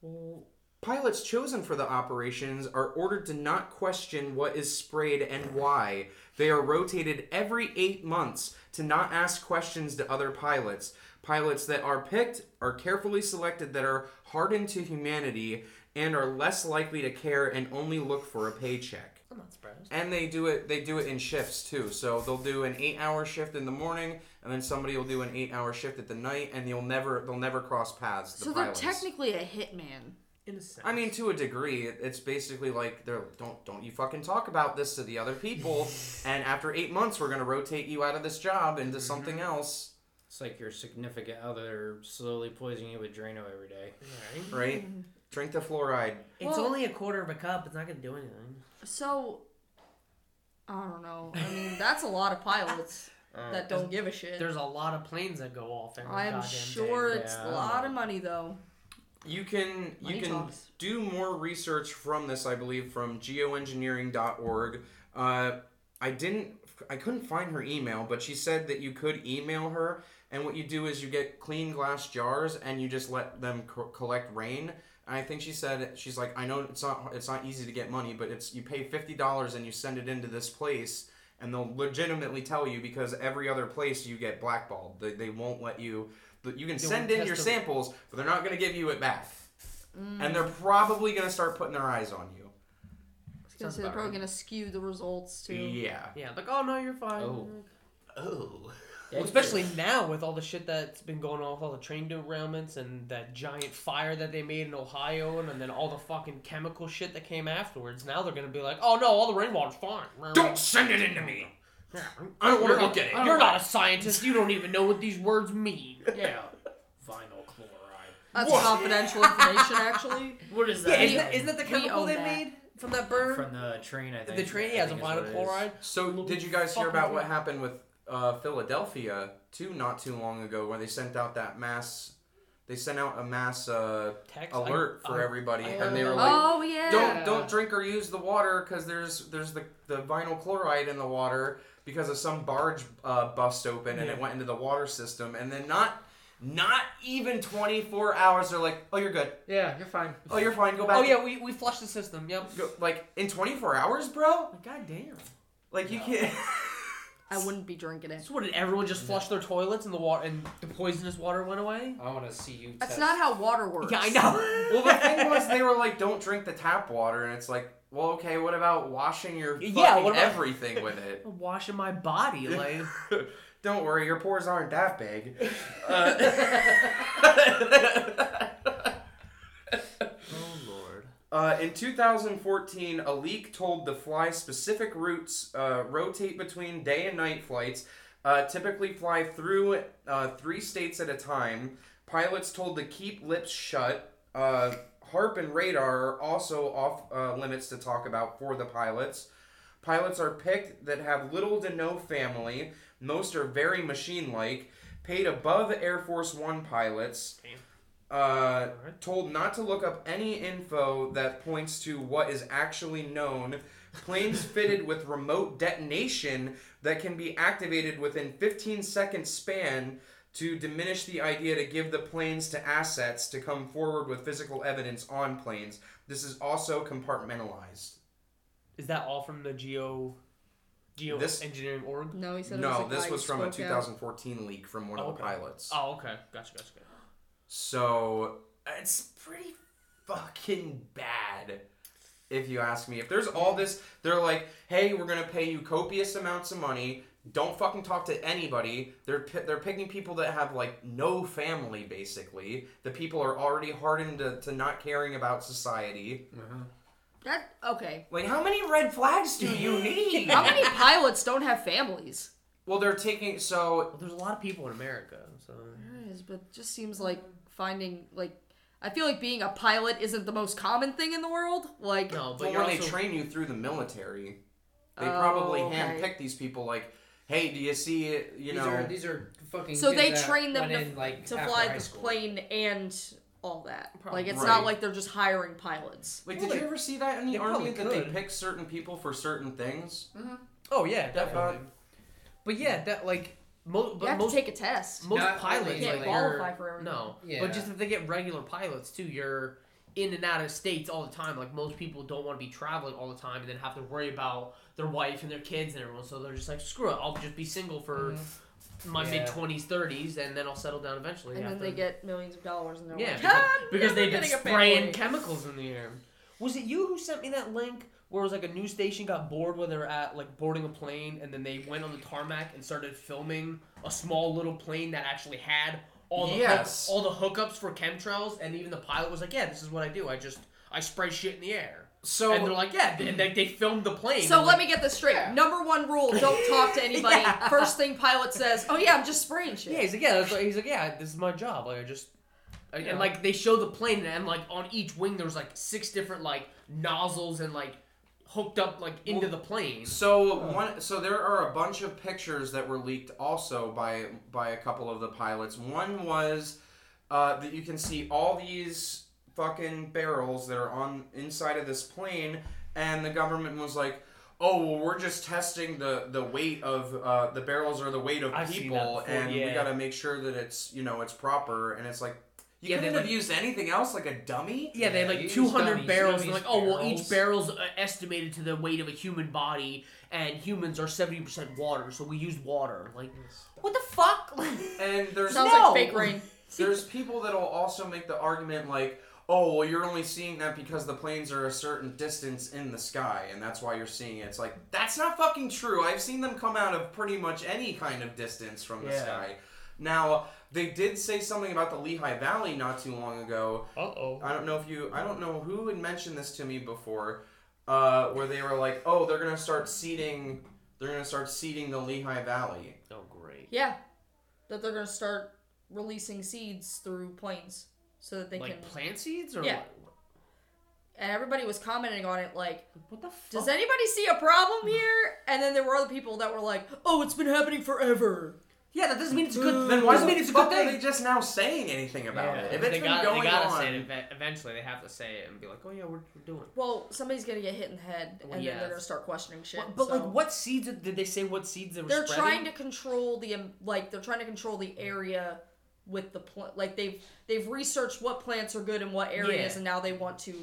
Speaker 2: Well,
Speaker 3: Pilots chosen for the operations are ordered to not question what is sprayed and why. They are rotated every eight months to not ask questions to other pilots. Pilots that are picked are carefully selected that are hardened to humanity and are less likely to care and only look for a paycheck.
Speaker 2: I'm not surprised.
Speaker 3: And they do it they do it in shifts too. So they'll do an 8-hour shift in the morning and then somebody will do an 8-hour shift at the night and you'll never they'll never cross paths the
Speaker 1: so
Speaker 3: pilots.
Speaker 1: they're technically a hitman.
Speaker 2: In a sense.
Speaker 3: I mean, to a degree, it- it's basically like they're don't don't you fucking talk about this to the
Speaker 1: (laughs)
Speaker 3: other people, and after eight months, we're gonna rotate you out of this job into
Speaker 1: Mm-hmm.
Speaker 3: something else,
Speaker 4: It's like your significant other slowly poisoning you with Drano every day.
Speaker 2: Alright.
Speaker 3: right?
Speaker 1: Mm-hmm.
Speaker 3: Drink the fluoride.
Speaker 2: it's
Speaker 1: Well-
Speaker 2: only a quarter of a cup. It's not gonna do anything.
Speaker 1: So I don't know. I mean, that's a lot of
Speaker 3: (laughs)
Speaker 1: pilots
Speaker 3: Uh,
Speaker 1: that don't give a shit.
Speaker 2: There's a lot of planes that go off every
Speaker 1: I'm
Speaker 2: goddamn
Speaker 1: sure
Speaker 2: day.
Speaker 1: it's
Speaker 4: Yeah, I
Speaker 1: a
Speaker 4: don't
Speaker 1: lot
Speaker 4: know.
Speaker 1: of money though.
Speaker 3: You can you
Speaker 1: Money
Speaker 3: can
Speaker 1: talks.
Speaker 3: do more research from this, I believe, from geoengineering.org. Uh, I didn't I couldn't find her email, but she said that you could email her, and what you do is you get clean glass jars and you just let them co- collect rain, And I think she said she's like, I know it's not it's not easy to get money, but it's you pay fifty dollars and you send it into this place, and they'll legitimately tell you because every other place you get blackballed. They, they won't let you. But you can send in
Speaker 2: test
Speaker 3: your
Speaker 2: the- Mm.
Speaker 3: samples, but they're not going to give you it back. And they're probably going to start putting their eyes on you.
Speaker 1: Gonna
Speaker 2: Sounds
Speaker 1: say they're
Speaker 2: about
Speaker 1: probably
Speaker 2: right.
Speaker 1: gonna skew the results too.
Speaker 3: Yeah.
Speaker 2: Yeah, like oh no, you're fine.
Speaker 4: Oh.
Speaker 5: Oh.
Speaker 2: Well, especially now with all the shit that's been going on with all the train derailments and that giant fire that they made in Ohio and, and then all the fucking chemical shit that came afterwards. Now they're gonna be like, oh no, all the rainwater's fine.
Speaker 3: Don't send it into me. I
Speaker 2: You're
Speaker 3: don't want to look
Speaker 2: not,
Speaker 3: at it.
Speaker 2: You're not a scientist. You don't even know what these words mean.
Speaker 4: yeah, vinyl chloride.
Speaker 1: That's
Speaker 3: What?
Speaker 1: confidential information, actually.
Speaker 4: What is
Speaker 2: (laughs) Yeah,
Speaker 4: that?
Speaker 2: isn't, that, isn't that the
Speaker 1: We
Speaker 2: chemical
Speaker 1: own
Speaker 2: they
Speaker 1: that.
Speaker 2: made from that burn?
Speaker 4: from the train? I think
Speaker 2: the train,
Speaker 4: I
Speaker 2: yeah, it's a
Speaker 4: think is what
Speaker 2: vinyl
Speaker 4: it
Speaker 2: chloride.
Speaker 3: So, did you guys hear about what happened with uh, Philadelphia too? Not too long ago, where they sent out that mass, they sent out a mass uh,
Speaker 2: Text I-
Speaker 3: alert for
Speaker 2: I-
Speaker 3: everybody, and they were like,
Speaker 1: Oh yeah.
Speaker 3: "Don't don't drink or use the water because there's there's the the vinyl chloride in the water because of some barge uh, bust open and it
Speaker 2: Yeah.
Speaker 3: went into the water system, and then not." Not even 24 hours, they're like, oh, you're good.
Speaker 5: Yeah, you're fine.
Speaker 3: Oh, you're fine. Go back.
Speaker 2: Oh yeah, we, we flushed the system. Yep.
Speaker 3: Go, like, in 24 hours, bro?
Speaker 2: God damn.
Speaker 3: Like, you can't.
Speaker 1: I wouldn't be drinking it.
Speaker 2: So what did everyone just flush their toilets and the water and the poisonous water went away?
Speaker 4: I want to see you.
Speaker 1: That's
Speaker 4: test.
Speaker 1: not how water works.
Speaker 2: Yeah, I (laughs) know.
Speaker 3: Well, the (laughs) thing was, they were like, "Don't drink the tap water," and it's like, "Well, okay, what about washing your fucking
Speaker 2: Yeah, what about-
Speaker 3: everything with it?"
Speaker 2: I'm washing my body, like
Speaker 3: Don't worry, your pores aren't that big.
Speaker 2: oh lord.
Speaker 3: Uh, in 2014, a leak told the fly specific routes uh, rotate between day and night flights. Uh, typically, fly through uh, three states at a time. Pilots told to keep lips shut. Uh, harp and radar are also off uh, limits to talk about for the pilots. Pilots are picked that have little to no family. Most are very machine like. Paid above Air Force One pilots. Uh, told not to look up any info that points to what is actually known.
Speaker 2: (laughs)
Speaker 3: Planes fitted with remote detonation that can be activated within 15 second span to diminish the idea to give the planes to assets to come forward with physical evidence on planes. This is also compartmentalized.
Speaker 2: Is that all from the geo geo
Speaker 3: This-
Speaker 2: engineering org?
Speaker 1: No, he said. it
Speaker 3: No,
Speaker 1: was a guy
Speaker 3: this
Speaker 1: who
Speaker 3: was from a
Speaker 1: spoke out.
Speaker 3: 2014 leak from one of
Speaker 2: Okay.
Speaker 3: the pilots.
Speaker 2: Oh, okay. Gotcha, gotcha, gotcha.
Speaker 3: So it's pretty fucking bad, if you ask me. If there's all this, they're like, "Hey, we're gonna pay you copious amounts of money. Don't fucking talk to anybody." They're pi- they're picking people that have like no family, basically. The people are already hardened to, to not caring about society.
Speaker 1: That okay.
Speaker 3: Like, how many red flags do you
Speaker 1: (laughs)
Speaker 3: need?
Speaker 1: How many pilots don't have families?
Speaker 3: well, they're taking so
Speaker 2: Well, there's a lot of people in America, so
Speaker 1: There is, but it just seems like finding like I feel like being a pilot isn't the most common thing in the world. Like
Speaker 2: no, but
Speaker 3: But
Speaker 2: you're
Speaker 3: when
Speaker 2: also
Speaker 3: they train you through the military, they
Speaker 1: Oh,
Speaker 3: probably
Speaker 1: okay.
Speaker 3: handpick these people. Like, hey, do you see? it? You
Speaker 4: these
Speaker 3: know,
Speaker 4: are these are fucking.
Speaker 1: so
Speaker 4: kids
Speaker 1: they
Speaker 4: that
Speaker 1: train them
Speaker 4: went
Speaker 1: to,
Speaker 4: in, like,
Speaker 1: to
Speaker 4: after
Speaker 1: fly
Speaker 4: high
Speaker 1: the
Speaker 4: school.
Speaker 1: plane and all that. Like it's
Speaker 3: Right.
Speaker 1: not like they're just hiring pilots.
Speaker 3: like,
Speaker 2: Well,
Speaker 3: did you
Speaker 2: they-
Speaker 3: ever see that in the
Speaker 2: they
Speaker 3: army
Speaker 2: probably
Speaker 3: that they
Speaker 2: could.
Speaker 3: pick certain people for certain things?
Speaker 2: Oh yeah, definitely.
Speaker 3: Uh,
Speaker 2: But yeah, that like mo-
Speaker 1: You
Speaker 2: but
Speaker 1: have to
Speaker 2: most
Speaker 1: take a test.
Speaker 2: most
Speaker 4: Not
Speaker 2: pilots
Speaker 4: only,
Speaker 1: You can't
Speaker 2: like,
Speaker 1: qualify
Speaker 2: you're-
Speaker 1: for everything.
Speaker 2: No,
Speaker 4: Yeah.
Speaker 2: but just if they get regular pilots too, you're in and out of states all the time. Like most people don't want to be traveling all the time and then have to worry about their wife and their kids and everyone. So they're just like, screw it, I'll just be single for my
Speaker 4: Yeah.
Speaker 2: mid twenties, thirties, and then I'll settle down eventually.
Speaker 1: Mm-hmm. And then
Speaker 2: after-
Speaker 1: they get millions of dollars and they're
Speaker 2: yeah
Speaker 1: like,
Speaker 2: because,
Speaker 1: "I'm
Speaker 2: (laughs) because
Speaker 1: never
Speaker 2: they've been
Speaker 1: getting a
Speaker 2: spraying
Speaker 1: family."
Speaker 2: chemicals in the air. Was it you who sent me that link? Where it was like a news station got bored when they were at like boarding a plane, and then they went on the tarmac and started filming a small little plane that actually had all the hook-
Speaker 3: Yes.
Speaker 2: all the hookups for chemtrails, and even the pilot was like, "Yeah, this is what I do. I just I spray shit in the air."
Speaker 3: So-
Speaker 2: and they're like, "Yeah," and they, they filmed the plane.
Speaker 1: So
Speaker 2: I'm
Speaker 1: let
Speaker 2: like,
Speaker 1: me get this straight. Number one rule:
Speaker 2: (laughs)
Speaker 1: don't talk to anybody. First thing pilot says, "Oh yeah, I'm just spraying shit."
Speaker 2: Yeah, he's like, yeah, that's what, he's like, yeah, this is my job. Like, I just, I- and like they show the plane, and like on each wing, there's like six different like nozzles and like hooked up like into the plane.
Speaker 3: So one, so there are a bunch of pictures that were leaked also by by a couple of the pilots. One was uh, that you can see all these fucking barrels that are on inside of this plane, and the government was like. Oh well, we're just testing the the weight of uh, the barrels or the weight of
Speaker 2: I've seen that
Speaker 3: people,
Speaker 2: before,
Speaker 3: and we
Speaker 2: yeah.
Speaker 3: got to make sure that it's you know it's proper. And it's like, You
Speaker 2: Yeah, they,
Speaker 3: couldn't have
Speaker 2: like-
Speaker 3: used anything else, like a dummy.
Speaker 2: Yeah, they had like
Speaker 4: use
Speaker 2: 200
Speaker 4: dummies,
Speaker 2: barrels. and
Speaker 4: use
Speaker 2: like, oh, well, each
Speaker 4: barrels.
Speaker 2: barrel's uh, estimated to the weight of a human body, and humans are 70% water, so we used water. Like, what the (laughs) fuck? Like,
Speaker 3: And there's
Speaker 1: Sounds
Speaker 3: no.
Speaker 1: like fake rain.
Speaker 3: There's people that'll also make the argument like, oh, well, you're only seeing that because the planes are a certain distance in the sky, and that's why you're seeing it. It's like, that's not fucking true. I've seen them come out of pretty much any kind of distance from the
Speaker 2: Yeah.
Speaker 3: sky. Now, they did say something about the Lehigh Valley not too long ago.
Speaker 2: uh oh.
Speaker 3: I don't know if you, I don't know who had mentioned this to me before, uh, where they were like, oh, they're going to start seeding, they're going to start seeding the Lehigh Valley.
Speaker 2: Oh, great.
Speaker 1: Yeah, that they're gonna start releasing seeds through planes so that they
Speaker 2: Like
Speaker 1: can.
Speaker 2: plant seeds? Or
Speaker 1: Yeah.
Speaker 2: what,
Speaker 1: and everybody was commenting on it like,
Speaker 2: what the fuck?
Speaker 1: does anybody see a problem here? And then there were other people that were like, oh, it's been happening forever.
Speaker 2: yeah, that doesn't mean it's a good
Speaker 3: Then why
Speaker 2: doesn't
Speaker 3: the
Speaker 2: mean it's a good
Speaker 3: fuck are they
Speaker 2: thing.
Speaker 3: just now saying anything about it? If it's
Speaker 2: they
Speaker 3: been
Speaker 2: got,
Speaker 3: going
Speaker 2: they gotta
Speaker 3: on,
Speaker 2: say it ev- eventually. They have to say it and be like, "Oh yeah, we're, we're doing." it.
Speaker 1: Well, somebody's gonna get hit in the head, and
Speaker 2: Well,
Speaker 1: then they're
Speaker 2: yes.
Speaker 1: gonna start questioning shit.
Speaker 2: But, but,
Speaker 1: so-
Speaker 2: like, what seeds did they say? What seeds they were
Speaker 1: They're
Speaker 2: spreading?
Speaker 1: trying to control the um, like they're trying to control the area with the pl- like they've they've researched what plants are good in what areas,
Speaker 2: Yeah. Oh,
Speaker 1: and now they want to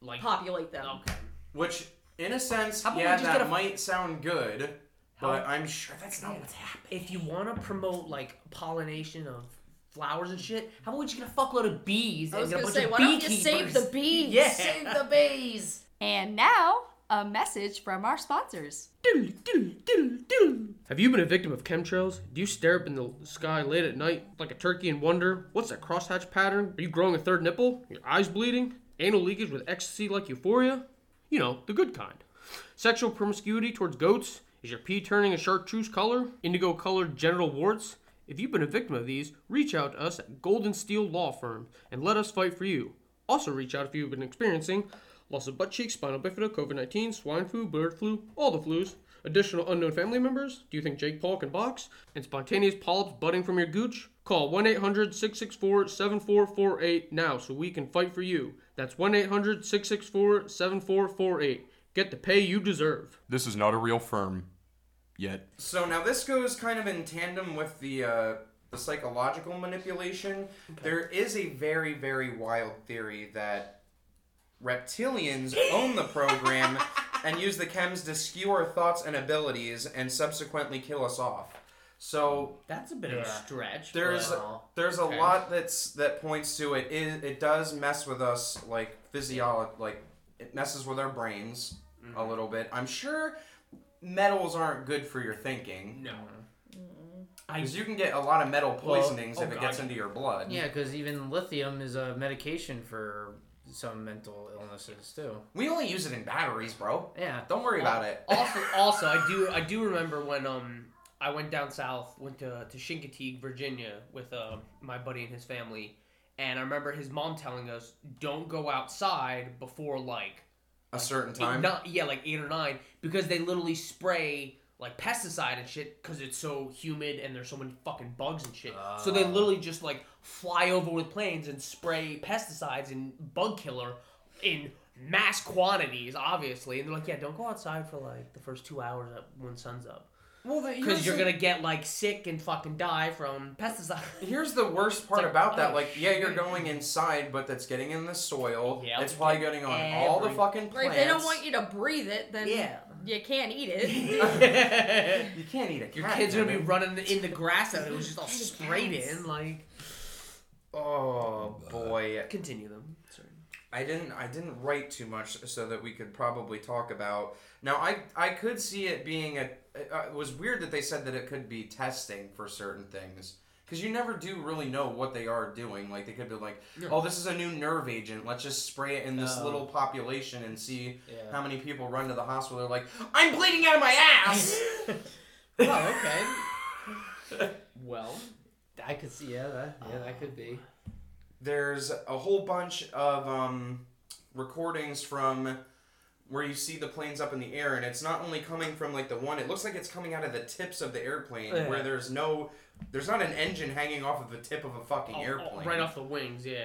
Speaker 2: like
Speaker 1: populate them.
Speaker 2: okay.
Speaker 3: Which, in a sense,
Speaker 2: How about we
Speaker 3: yeah,
Speaker 2: just get
Speaker 3: that
Speaker 2: a-
Speaker 3: might sound good, but I'm sure that's not what's happening.
Speaker 2: if you want to promote like pollination of flowers and shit, how about we just get a fuckload of bees
Speaker 1: I was
Speaker 2: and get a
Speaker 1: gonna
Speaker 2: bunch
Speaker 1: say,
Speaker 2: of
Speaker 1: why don't you save the
Speaker 2: (laughs) beekeepers?
Speaker 1: bees?
Speaker 2: Yeah.
Speaker 1: Save the bees.
Speaker 6: And now, a message from our sponsors.
Speaker 2: Have you been a victim of chemtrails? Do you stare up in the sky late at night like a turkey and wonder, what's that crosshatch pattern? Are you growing a third nipple? Your eyes bleeding? Anal leakage with ecstasy like euphoria? You know, the good kind. Sexual promiscuity towards goats? Is your pee turning a chartreuse color? Indigo colored genital warts? If you've been a victim of these, reach out to us at Golden Steel Law Firm and let us fight for you. Also, reach out if you've been experiencing loss of butt cheeks, spinal bifida, COVID 19, swine flu, bird flu, all the flus, additional unknown family members. Do you think Jake Paul can box? And spontaneous polyps budding from your gooch? Call 1 800 664 7448 now so we can fight for you. That's 1 800 664 7448. Get the pay you deserve.
Speaker 7: This is not a real firm yet.
Speaker 3: So now this goes kind of in tandem with the uh, the psychological manipulation. There is a very very wild theory that reptilians own
Speaker 2: (laughs)
Speaker 3: the program and use the chems to skew our thoughts and abilities and subsequently kill us off. So
Speaker 2: That's a bit
Speaker 4: of a Yeah.
Speaker 2: stretch.
Speaker 3: there's there's a lot that's that points to it. it. It does mess with us like physiology, like it messes with our brains a little bit. I'm sure metals aren't good for your thinking.
Speaker 2: No.
Speaker 3: Because you can get a lot of metal poisonings
Speaker 2: oh
Speaker 3: if it
Speaker 2: God.
Speaker 3: gets into your blood.
Speaker 4: Yeah, because even lithium is a medication for some mental illnesses too.
Speaker 3: We only use it in batteries, bro.
Speaker 4: Yeah.
Speaker 3: Don't worry about it.
Speaker 2: also, also, I do, I do remember when um I went down south, went to to Chincoteague, Virginia, with uh, my buddy and his family, and I remember his mom telling us, "Don't go outside before like
Speaker 3: A certain
Speaker 2: eight,
Speaker 3: time.
Speaker 2: nine, yeah, like eight or nine, because they literally spray like pesticide and shit because it's so humid and there's so many fucking bugs and shit. so
Speaker 3: Oh.
Speaker 2: they literally just like fly over with planes and spray pesticides and bug killer in mass quantities, obviously. And they're like, yeah, don't go outside for like the first two hours up when sun's up.
Speaker 3: Well, the,
Speaker 2: Because
Speaker 3: here's,
Speaker 2: you're
Speaker 3: the,
Speaker 2: gonna get like sick and fucking die from pesticide.
Speaker 3: here's the worst part
Speaker 2: like,
Speaker 3: about that.
Speaker 2: oh,
Speaker 3: Like, yeah, you're
Speaker 2: shit.
Speaker 3: going inside, but that's getting in the soil.
Speaker 2: Yeah,
Speaker 3: it's
Speaker 2: it's
Speaker 3: probably
Speaker 2: getting
Speaker 3: getting on all the
Speaker 2: every-
Speaker 3: fucking
Speaker 1: Right?
Speaker 3: plants.
Speaker 1: If they don't want you to breathe it, then
Speaker 2: Yeah.
Speaker 1: you can't eat it.
Speaker 2: (laughs) Your
Speaker 3: You can't eat it. Your
Speaker 2: kid's gonna be running in the grass and it was just all sprayed in. Like,
Speaker 3: Oh boy,
Speaker 2: continue them. Sorry.
Speaker 3: I didn't. I didn't write too much so that we could probably talk about. Now, I I could see it being a. Uh, it was weird that they said that it could be testing for certain things because you never do really know what they are doing. Like they could be like, oh, this is a new nerve agent. Let's just spray it in this little population and see
Speaker 4: Yeah.
Speaker 3: how many people run to the hospital. They're like, I'm bleeding out of my ass.
Speaker 4: Oh, okay. (laughs) well, I could see. Yeah, that. Yeah, that could be.
Speaker 3: there's a whole bunch of um, recordings from where you see the planes up in the air and it's not only coming from like the one it looks like it's coming out of the tips of the airplane
Speaker 2: Yeah.
Speaker 3: where there's no there's not an engine hanging off of the tip of a fucking
Speaker 2: Oh, oh,
Speaker 3: airplane
Speaker 2: right off the wings, yeah.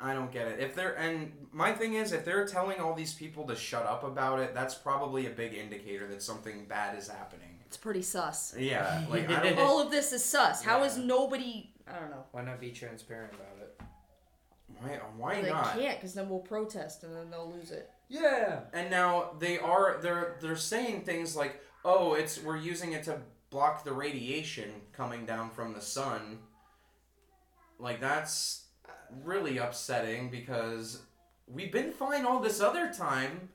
Speaker 3: i don't get it if they're and my thing is if they're telling all these people to shut up about it that's probably a big indicator that something bad is happening
Speaker 1: It's pretty sus.
Speaker 3: Yeah, like
Speaker 2: (laughs)
Speaker 3: I don't.
Speaker 1: All of this is sus. How is nobody? I don't know.
Speaker 4: Why not be transparent about it?
Speaker 3: Why, why
Speaker 1: They
Speaker 3: not?
Speaker 1: can't because then we'll protest and then they'll lose it.
Speaker 4: Yeah.
Speaker 3: And now they are they're they're saying things like, "Oh, it's we're using it to block the radiation coming down from the sun." Like that's really upsetting because we've been fine all this other time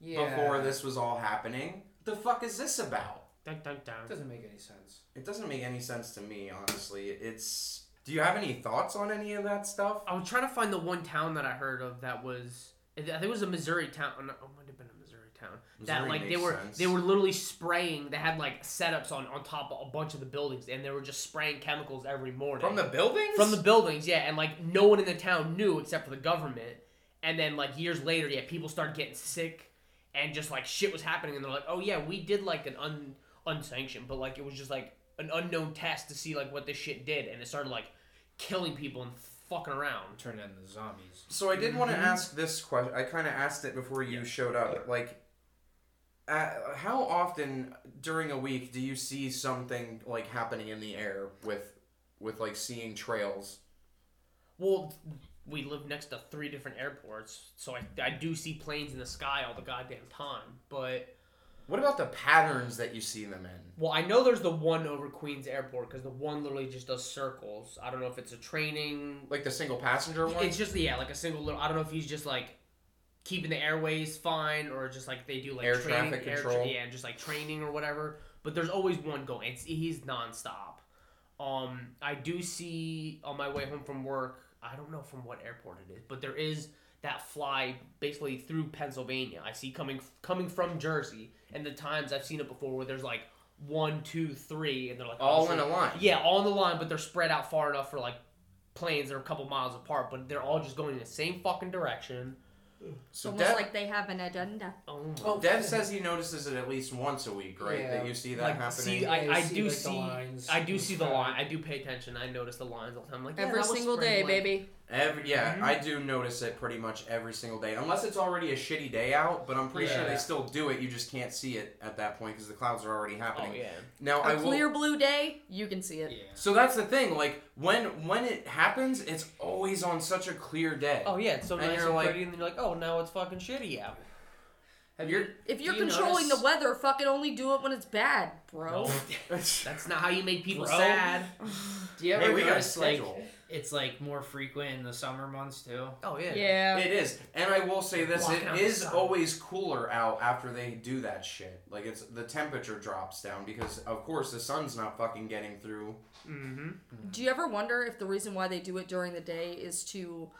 Speaker 4: Yeah.
Speaker 3: before this was all happening. The fuck is this about?
Speaker 2: Dun, dun, dun.
Speaker 4: doesn't make any sense.
Speaker 3: It doesn't make any sense to me, honestly. It's Do you have any thoughts on any of that stuff?
Speaker 2: I was trying to find the one town that I heard of that was. I think it was a Missouri town. Oh, no, it might have been a Missouri town. that
Speaker 3: Missouri
Speaker 2: like they
Speaker 3: makes
Speaker 2: were
Speaker 3: sense.
Speaker 2: they were literally spraying. They had like setups on on top of a bunch of the buildings, and they were just spraying chemicals every morning
Speaker 3: From the buildings?
Speaker 2: from the buildings. Yeah, and like no one in the town knew except for the government. And then like years later, yeah, people started getting sick, and just like shit was happening, and they're like, oh yeah, we did like an un unsanctioned, but like it was just like an unknown test to see like what this shit did, and it started like killing people and fucking around.
Speaker 4: Turn into zombies.
Speaker 3: So I did want
Speaker 2: Mm-hmm.
Speaker 3: to ask this question. I kind of asked it before you showed up. Like, uh, how often during a week do you see something like happening in the air with, with like seeing trails?
Speaker 2: Well, we live next to three different airports, so I, I do see planes in the sky all the goddamn time. But
Speaker 3: What about the patterns that you see them in?
Speaker 2: well, I know there's the one over Queens Airport because the one literally just does circles. I don't know if it's a training.
Speaker 3: Like the single passenger one?
Speaker 2: It's just yeah, like a single little. I don't know if he's just like keeping the airways fine or just like they do like
Speaker 3: Air
Speaker 2: training,
Speaker 3: traffic
Speaker 2: air
Speaker 3: control.
Speaker 2: yeah, and just like training or whatever. But there's always one going. It's he's nonstop. Um, I do see on my way home from work. I don't know from what airport it is, but there is that fly basically through Pennsylvania. I see coming coming from Jersey, and the times I've seen it before where there's like one, two, three, and they're like
Speaker 3: All
Speaker 2: oh,
Speaker 3: in
Speaker 2: shit.
Speaker 3: a line.
Speaker 2: Yeah, all in the line, but they're spread out far enough for like planes that are a couple miles apart, but they're all just going in the same fucking direction.
Speaker 8: It's
Speaker 3: So
Speaker 8: almost
Speaker 3: Dev,
Speaker 8: like they have an agenda.
Speaker 2: Oh my
Speaker 3: Dev says he notices it at least once a week, right?
Speaker 4: Yeah.
Speaker 3: That you see that
Speaker 2: Like,
Speaker 3: happening.
Speaker 2: see, I,
Speaker 4: Yeah,
Speaker 2: I
Speaker 4: see,
Speaker 2: do
Speaker 4: like, the
Speaker 2: see,
Speaker 4: lines
Speaker 2: I do
Speaker 4: and
Speaker 2: see the
Speaker 4: stuff.
Speaker 2: line. I do pay attention. I notice the lines all the time. I'm like yeah,
Speaker 1: Every
Speaker 2: that was
Speaker 1: single
Speaker 2: spring,
Speaker 1: day,
Speaker 2: like-
Speaker 1: baby.
Speaker 3: Every yeah,
Speaker 2: Mm-hmm.
Speaker 3: I do notice it pretty much every single day, unless it's already a shitty day out. But I'm pretty sure
Speaker 4: Yeah.
Speaker 3: they still do it. You just can't see it at that point because the clouds are already
Speaker 2: Oh
Speaker 3: happening.
Speaker 2: yeah.
Speaker 3: Now I
Speaker 1: A
Speaker 3: will.
Speaker 1: clear blue day, you can see it.
Speaker 4: Yeah.
Speaker 3: So that's the thing. Like when when it happens, it's always on such a clear day.
Speaker 2: Oh
Speaker 3: (laughs)
Speaker 2: yeah, it's so
Speaker 3: And
Speaker 2: nice
Speaker 3: you're
Speaker 2: and
Speaker 3: like-
Speaker 2: pretty, and then you're like, oh, now it's fucking shitty out.
Speaker 4: Have
Speaker 3: You're-
Speaker 1: If you're
Speaker 4: Do you
Speaker 1: controlling
Speaker 4: notice-
Speaker 1: the weather, fucking only do it when it's bad, bro.
Speaker 2: No, that's not how you make people
Speaker 4: Bro.
Speaker 2: sad.
Speaker 4: Do you ever
Speaker 3: Hey, we got a
Speaker 4: notice like
Speaker 3: schedule.
Speaker 4: it's like more frequent in the summer months too?
Speaker 2: Oh yeah.
Speaker 1: Yeah.
Speaker 3: It is, and I will say this:
Speaker 2: Walk
Speaker 3: it
Speaker 2: out
Speaker 3: is
Speaker 2: the sun.
Speaker 3: always cooler out after they do that shit. Like it's the temperature drops down because, of course, the sun's not fucking getting through.
Speaker 2: Mm-hmm.
Speaker 1: Do you ever wonder if the reason why they do it during the day is to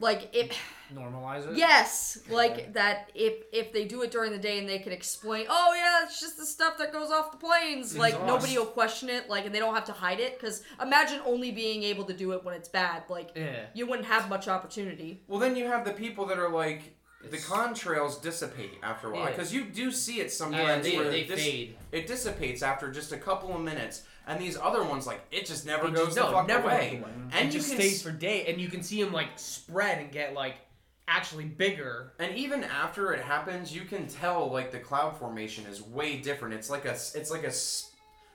Speaker 1: like it
Speaker 4: Normalize it.
Speaker 1: yes, like that if if they do it during the day and they can explain, "Oh yeah, it's just the stuff that goes off the planes." Like
Speaker 4: Exhaust.
Speaker 1: nobody will question it, like and they don't have to hide it cuz imagine only being able to do it when it's bad, like
Speaker 2: Yeah.
Speaker 1: you wouldn't have much opportunity.
Speaker 3: Well, then you have the people that are like the
Speaker 4: It's-
Speaker 3: contrails dissipate after a while
Speaker 2: Yeah.
Speaker 3: because you do see it
Speaker 4: Yeah,
Speaker 3: sometimes
Speaker 4: Uh, they,
Speaker 3: where
Speaker 4: they
Speaker 3: it dis-
Speaker 4: fade.
Speaker 3: it dissipates after just a couple of minutes, and these other ones like it just never
Speaker 2: It
Speaker 3: goes
Speaker 2: just-
Speaker 3: the
Speaker 2: no, it
Speaker 3: fuck
Speaker 2: never
Speaker 3: away,
Speaker 2: goes away.
Speaker 3: and
Speaker 2: it
Speaker 3: you
Speaker 2: just
Speaker 3: can
Speaker 2: stays
Speaker 3: s-
Speaker 2: for day, and you can see them like spread and get like actually bigger.
Speaker 3: and even after it happens, you can tell like the cloud formation is way different. It's like a s- it's like a s-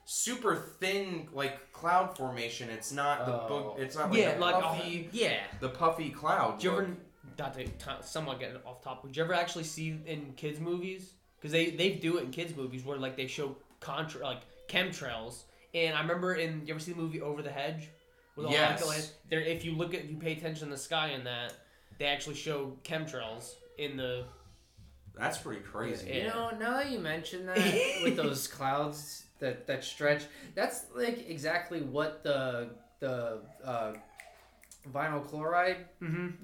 Speaker 3: super thin like cloud formation. It's not the
Speaker 4: Oh.
Speaker 3: bu- it's not like
Speaker 2: yeah,
Speaker 3: the
Speaker 2: like all-
Speaker 3: puffy
Speaker 2: yeah.
Speaker 3: the puffy cloud.
Speaker 2: Do you
Speaker 3: look.
Speaker 2: ever not to t- somewhat get off topic? Do you ever actually see in kids movies? Because they they do it in kids movies where like they show contra like chemtrails. And I remember in you ever see the movie Over the Hedge? With all
Speaker 3: Yes.
Speaker 2: Michael An- There, if you look at you pay attention to the sky in that, they actually show chemtrails in the.
Speaker 3: That's pretty crazy.
Speaker 2: Yeah.
Speaker 4: You know, now that you mention that with
Speaker 3: (laughs)
Speaker 4: those clouds that that stretch, that's like exactly what the the uh, vinyl chloride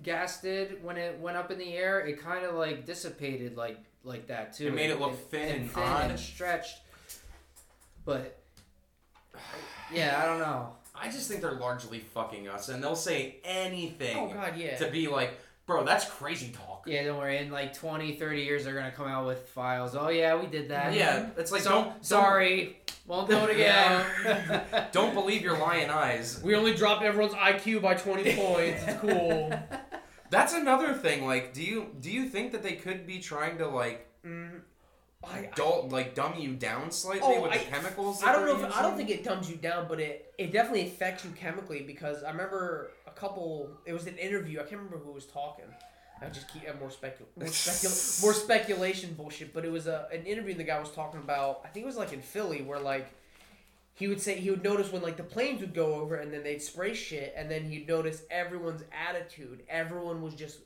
Speaker 4: gas did when it went up in the air. It kind of like dissipated like like that too.
Speaker 3: It made it look thin and odd.
Speaker 4: and stretched. But yeah, I don't know.
Speaker 3: I just think they're largely fucking us, and they'll say anything
Speaker 2: Oh God, yeah.
Speaker 3: to be like, bro, that's crazy talk.
Speaker 4: Yeah, don't worry. In like 20, 30 years, they're gonna come out with files. Oh yeah, we did that.
Speaker 3: Yeah, it's like
Speaker 4: So
Speaker 3: don't
Speaker 4: sorry, won't do it
Speaker 3: (laughs)
Speaker 4: again.
Speaker 3: don't, (laughs) don't believe your lion eyes.
Speaker 2: We only dropped everyone's IQ by twenty points. It's cool.
Speaker 3: (laughs)
Speaker 4: (laughs)
Speaker 3: That's another thing. Like, do you do you think that they could be trying to like
Speaker 2: I,
Speaker 3: dull, like dumb you down slightly
Speaker 2: Oh,
Speaker 3: with
Speaker 2: I-
Speaker 3: the chemicals.
Speaker 2: I
Speaker 3: that
Speaker 2: don't know.
Speaker 3: they're
Speaker 2: If, I don't
Speaker 3: using?
Speaker 2: think it dumbs you down, but it it definitely affects you chemically because I remember a couple. It was an interview. I can't remember who was talking. I just keep I have more
Speaker 3: (laughs)
Speaker 2: specu- more, specu- more speculation bullshit. But it was a, an interview. And the guy was talking about. I think it was like in Philly, where like he would say he would notice when like the planes would go over and then they'd spray shit and then he'd notice everyone's attitude. Everyone was just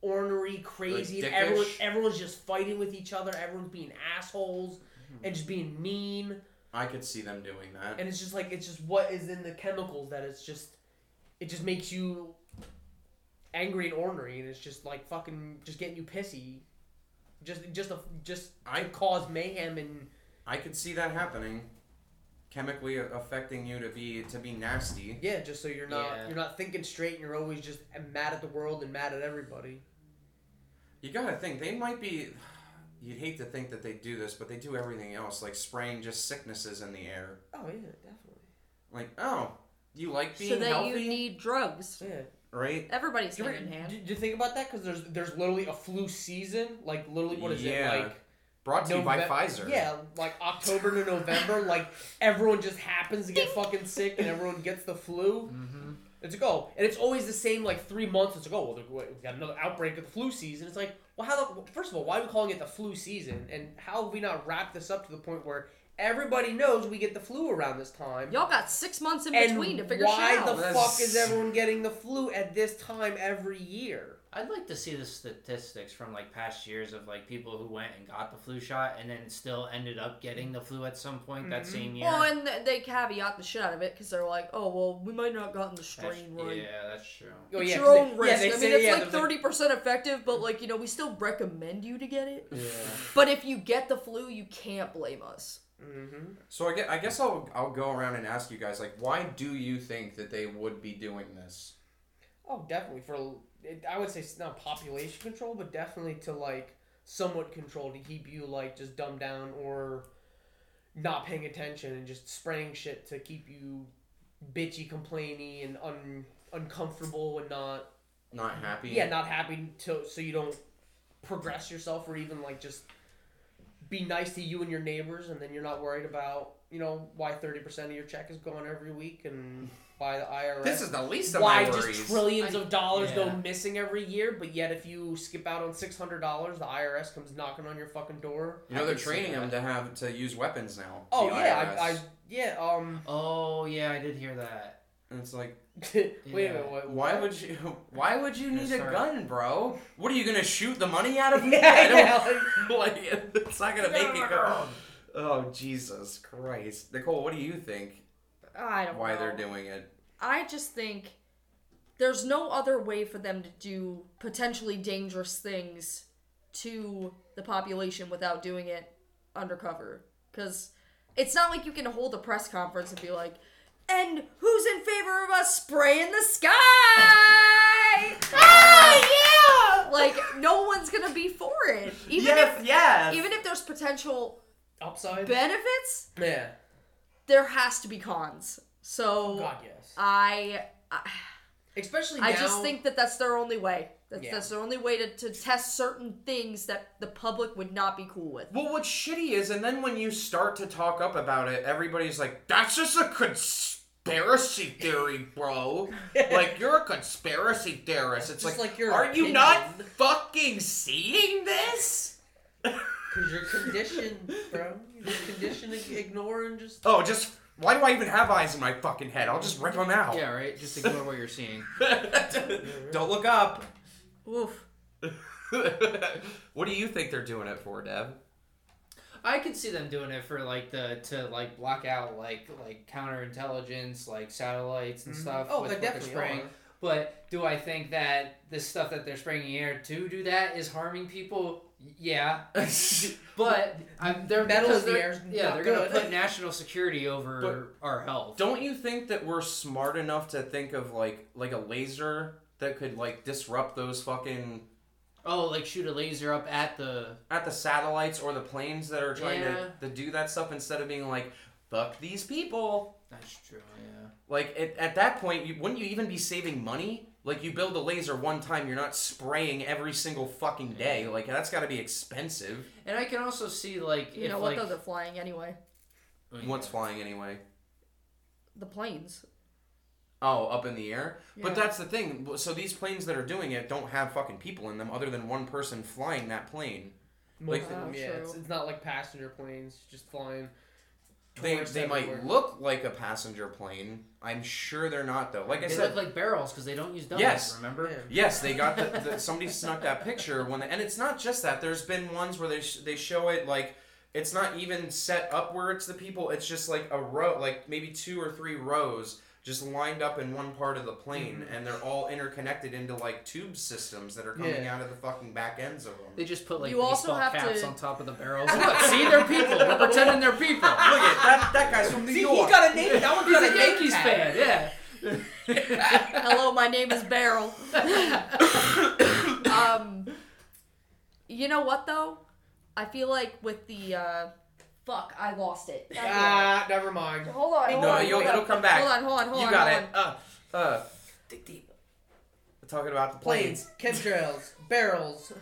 Speaker 2: ornery, crazy.
Speaker 3: Like,
Speaker 2: everyone
Speaker 3: dickish?
Speaker 2: everyone's just fighting with each other. Everyone's being assholes
Speaker 3: Hmm.
Speaker 2: and just being mean
Speaker 3: I could see them doing that.
Speaker 2: and it's just like it's just what is in the chemicals that it's just it just makes you angry and ornery and it's just like fucking just getting you pissy just just a, just
Speaker 3: I-
Speaker 2: to cause mayhem and
Speaker 3: I could see that happening, chemically a- affecting you to be to be nasty.
Speaker 2: yeah just so you're not
Speaker 4: Yeah.
Speaker 2: you're not thinking straight and you're always just mad at the world and mad at everybody
Speaker 3: You gotta think they might be. You'd hate to think that they do this, but they do everything else, like spraying just sicknesses in the air.
Speaker 2: oh yeah definitely
Speaker 3: Like, oh, you like being
Speaker 1: so that
Speaker 3: healthy,
Speaker 1: you need drugs.
Speaker 2: yeah
Speaker 3: right?
Speaker 1: Everybody's
Speaker 2: Do you,
Speaker 1: hand
Speaker 2: ever-
Speaker 1: in hand.
Speaker 2: do- do you think about that? Because there's there's literally a flu season. Like literally, what is
Speaker 3: Yeah.
Speaker 2: it like?
Speaker 3: Brought to you by
Speaker 2: Novem-
Speaker 3: Pfizer.
Speaker 2: Yeah, like October to November, like everyone just happens to get fucking sick and everyone gets the flu.
Speaker 4: Mm-hmm.
Speaker 2: It's like oh, and it's always the same like three months. It's like oh, well, there- we got another outbreak of the flu season. It's like well, how the first of all, why are we calling it the flu season? And how have we not wrapped this up to the point where everybody knows we get the flu around this time?
Speaker 1: Y'all got six months in
Speaker 2: and
Speaker 1: between to figure shit
Speaker 2: why
Speaker 1: out.
Speaker 2: the
Speaker 3: That's-
Speaker 2: fuck is everyone getting the flu at this time every year?
Speaker 4: I'd like to see the statistics from like past years of like people who went and got the flu shot and then still ended up getting the flu at some point
Speaker 2: Mm-hmm.
Speaker 4: that same
Speaker 2: Oh,
Speaker 4: year.
Speaker 1: Well, and th- they caveat the shit out of it because they're like, oh, well, we might not have gotten the
Speaker 4: That's-
Speaker 1: strain right.
Speaker 4: Yeah, that's true.
Speaker 2: Oh,
Speaker 1: It's
Speaker 2: yeah,
Speaker 1: your
Speaker 2: 'cause
Speaker 1: own
Speaker 2: they- yeah,
Speaker 1: risk.
Speaker 2: they
Speaker 1: I mean,
Speaker 2: say-
Speaker 1: it's
Speaker 2: yeah,
Speaker 1: like
Speaker 2: they're
Speaker 1: thirty percent effective, but like you know, we still recommend you to get it.
Speaker 4: (laughs) Yeah.
Speaker 1: But if you get the flu, you can't blame us.
Speaker 2: mm-hmm.
Speaker 3: So I guess, I guess I'll I'll go around and ask you guys like why do you think that they would be doing this?
Speaker 2: Oh, definitely for it- I would say it's not population control, but definitely to like somewhat control to keep you like just dumbed down or not paying attention and just spraying shit to keep you bitchy, complainy, and un uncomfortable and not
Speaker 3: Not happy.
Speaker 2: yeah not happy to so you don't progress yourself or even like just be nice to you and your neighbors and then you're not worried about you know why 30% of your check is gone every week and why the IRS
Speaker 3: This is the least of
Speaker 2: why
Speaker 3: my worries.
Speaker 2: just trillions of dollars go
Speaker 4: yeah.
Speaker 2: missing every year, but yet if you skip out on six hundred dollars, the IRS comes knocking on your fucking door.
Speaker 3: you know they're
Speaker 4: I can see
Speaker 3: training them
Speaker 4: that.
Speaker 3: to have to use weapons now.
Speaker 2: Oh
Speaker 3: the
Speaker 2: yeah,
Speaker 3: IRS.
Speaker 2: I, I yeah um. (laughs)
Speaker 4: Oh yeah, I did hear that.
Speaker 3: And it's like
Speaker 2: wait a
Speaker 4: Yeah.
Speaker 2: minute, what,
Speaker 3: why would you (laughs) why would you
Speaker 4: Gonna
Speaker 3: need a
Speaker 4: start-
Speaker 3: gun, bro? What are you gonna shoot the money out of
Speaker 2: (laughs)
Speaker 3: me?
Speaker 2: Yeah,
Speaker 3: I don't-
Speaker 2: yeah,
Speaker 3: like, it's not gonna (laughs) make it go. Oh Jesus Christ, Nicole, what do you think?
Speaker 1: I don't
Speaker 3: Why
Speaker 1: know.
Speaker 3: they're doing it?
Speaker 1: I just think there's no other way for them to do potentially dangerous things to the population without doing it undercover. Because it's not like you can hold a press conference and be like, and who's in favor of us spraying the sky? ah, yeah! Like, no one's gonna be for it. Even if
Speaker 3: Oh, yes.
Speaker 1: even if there's potential
Speaker 2: upside?
Speaker 1: benefits,
Speaker 2: yeah.
Speaker 1: there has to be cons. So
Speaker 2: Oh, God yes.
Speaker 1: I
Speaker 2: Especially
Speaker 1: I
Speaker 2: now,
Speaker 1: just
Speaker 2: (laughs)
Speaker 1: think that that's their only way. That's,
Speaker 2: Yeah.
Speaker 1: that's their only way to, to test certain things that the public would not be cool with.
Speaker 3: Well, what's shitty is, and then when you start to talk up about it, everybody's like, "That's just a conspiracy theory, bro. like you're a conspiracy theorist." It's
Speaker 2: Just
Speaker 3: like,
Speaker 2: like your
Speaker 3: are you
Speaker 2: opinion."
Speaker 3: not fucking seeing this?
Speaker 2: because you're conditioned, bro. You're conditioned to ignore and just.
Speaker 3: Oh, just why do I even have eyes in my fucking head? I'll just rip them out.
Speaker 4: Yeah, right. Just ignore what you're seeing.
Speaker 3: (laughs) Don't look up. (laughs)
Speaker 1: Oof.
Speaker 3: what do you think they're doing it for, Deb?
Speaker 4: (laughs) I could see them doing it for like the to like block out like like counterintelligence, like satellites and stuff.
Speaker 2: Oh,
Speaker 4: with
Speaker 2: they
Speaker 4: what they're
Speaker 2: definitely
Speaker 4: spraying.
Speaker 2: are.
Speaker 4: But do I think that the stuff that they're spraying in the air to do that is harming people? Yeah,
Speaker 3: (laughs)
Speaker 4: but I'm, they're
Speaker 2: Metal in
Speaker 4: because
Speaker 2: the
Speaker 4: they're-
Speaker 2: air is
Speaker 4: Yeah,
Speaker 2: not
Speaker 4: they're gonna
Speaker 2: good.
Speaker 4: (laughs) put national security over our health.
Speaker 3: Don't you think that we're smart enough to think of like like a laser that could like disrupt those fucking
Speaker 4: Oh, like shoot a laser up at the.
Speaker 3: at the satellites or the planes that are trying
Speaker 4: Yeah.
Speaker 3: to, to do that stuff instead of being like fuck these people
Speaker 4: That's true. Yeah.
Speaker 3: like at, at that point you, wouldn't you even be saving money Like you build a laser one time, you're not spraying every single fucking day. Like that's got to be expensive.
Speaker 4: And I can also see like
Speaker 1: You
Speaker 4: if
Speaker 1: know what
Speaker 4: like
Speaker 1: though? They're flying anyway.
Speaker 3: What's flying anyway?
Speaker 1: The planes.
Speaker 3: Oh, up in the air.
Speaker 1: Yeah.
Speaker 3: But that's the thing. So these planes that are doing it don't have fucking people in them, other than one person flying that plane.
Speaker 2: Most
Speaker 3: Like-
Speaker 2: of them,
Speaker 1: Oh,
Speaker 2: yeah,
Speaker 1: true.
Speaker 2: it's, it's not like passenger planes just flying.
Speaker 3: They,
Speaker 2: tourists
Speaker 3: they
Speaker 2: everywhere.
Speaker 3: might look like a passenger plane. I'm sure they're not though. Like I
Speaker 4: they
Speaker 3: said,
Speaker 4: look like barrels because they don't use dummies.
Speaker 3: Yes.
Speaker 4: remember?
Speaker 2: Yeah.
Speaker 3: Yes, they got the, the somebody snuck that picture when, they, and it's not just that. There's been ones where they sh- they show it like it's not even set up where it's the people. It's just like a row, like maybe two or three rows, just lined up in one part of the plane, and they're all interconnected into like tube systems that are coming
Speaker 2: Yeah.
Speaker 3: out of the fucking back ends of them.
Speaker 4: They just put like
Speaker 1: You also
Speaker 4: baseball
Speaker 1: have
Speaker 4: caps
Speaker 1: to-
Speaker 4: on top of
Speaker 1: (laughs)
Speaker 4: the barrels. Look, see, they're people. We're pretending they're people.
Speaker 3: (laughs) Look at that! That guy's from New
Speaker 2: See,
Speaker 3: York.
Speaker 2: he's got a name. That one's
Speaker 4: He's
Speaker 2: got
Speaker 4: a
Speaker 2: a name
Speaker 4: Yankees
Speaker 2: tag.
Speaker 4: fan. Yeah.
Speaker 1: Hello, my name is
Speaker 3: (coughs)
Speaker 1: Beryl. um, you know what though? I feel like with the uh, fuck, I lost it. God damn it.
Speaker 2: Ah, never mind.
Speaker 1: Hold on, hold
Speaker 3: no,
Speaker 1: on.
Speaker 3: you'll,
Speaker 1: hold on.
Speaker 3: it'll come back.
Speaker 1: Hold on, hold on, hold
Speaker 3: you
Speaker 1: on.
Speaker 3: got
Speaker 1: hold
Speaker 3: it. Uh, uh, dig deep. We're talking about the planes
Speaker 2: Planes, chemtrails, barrels.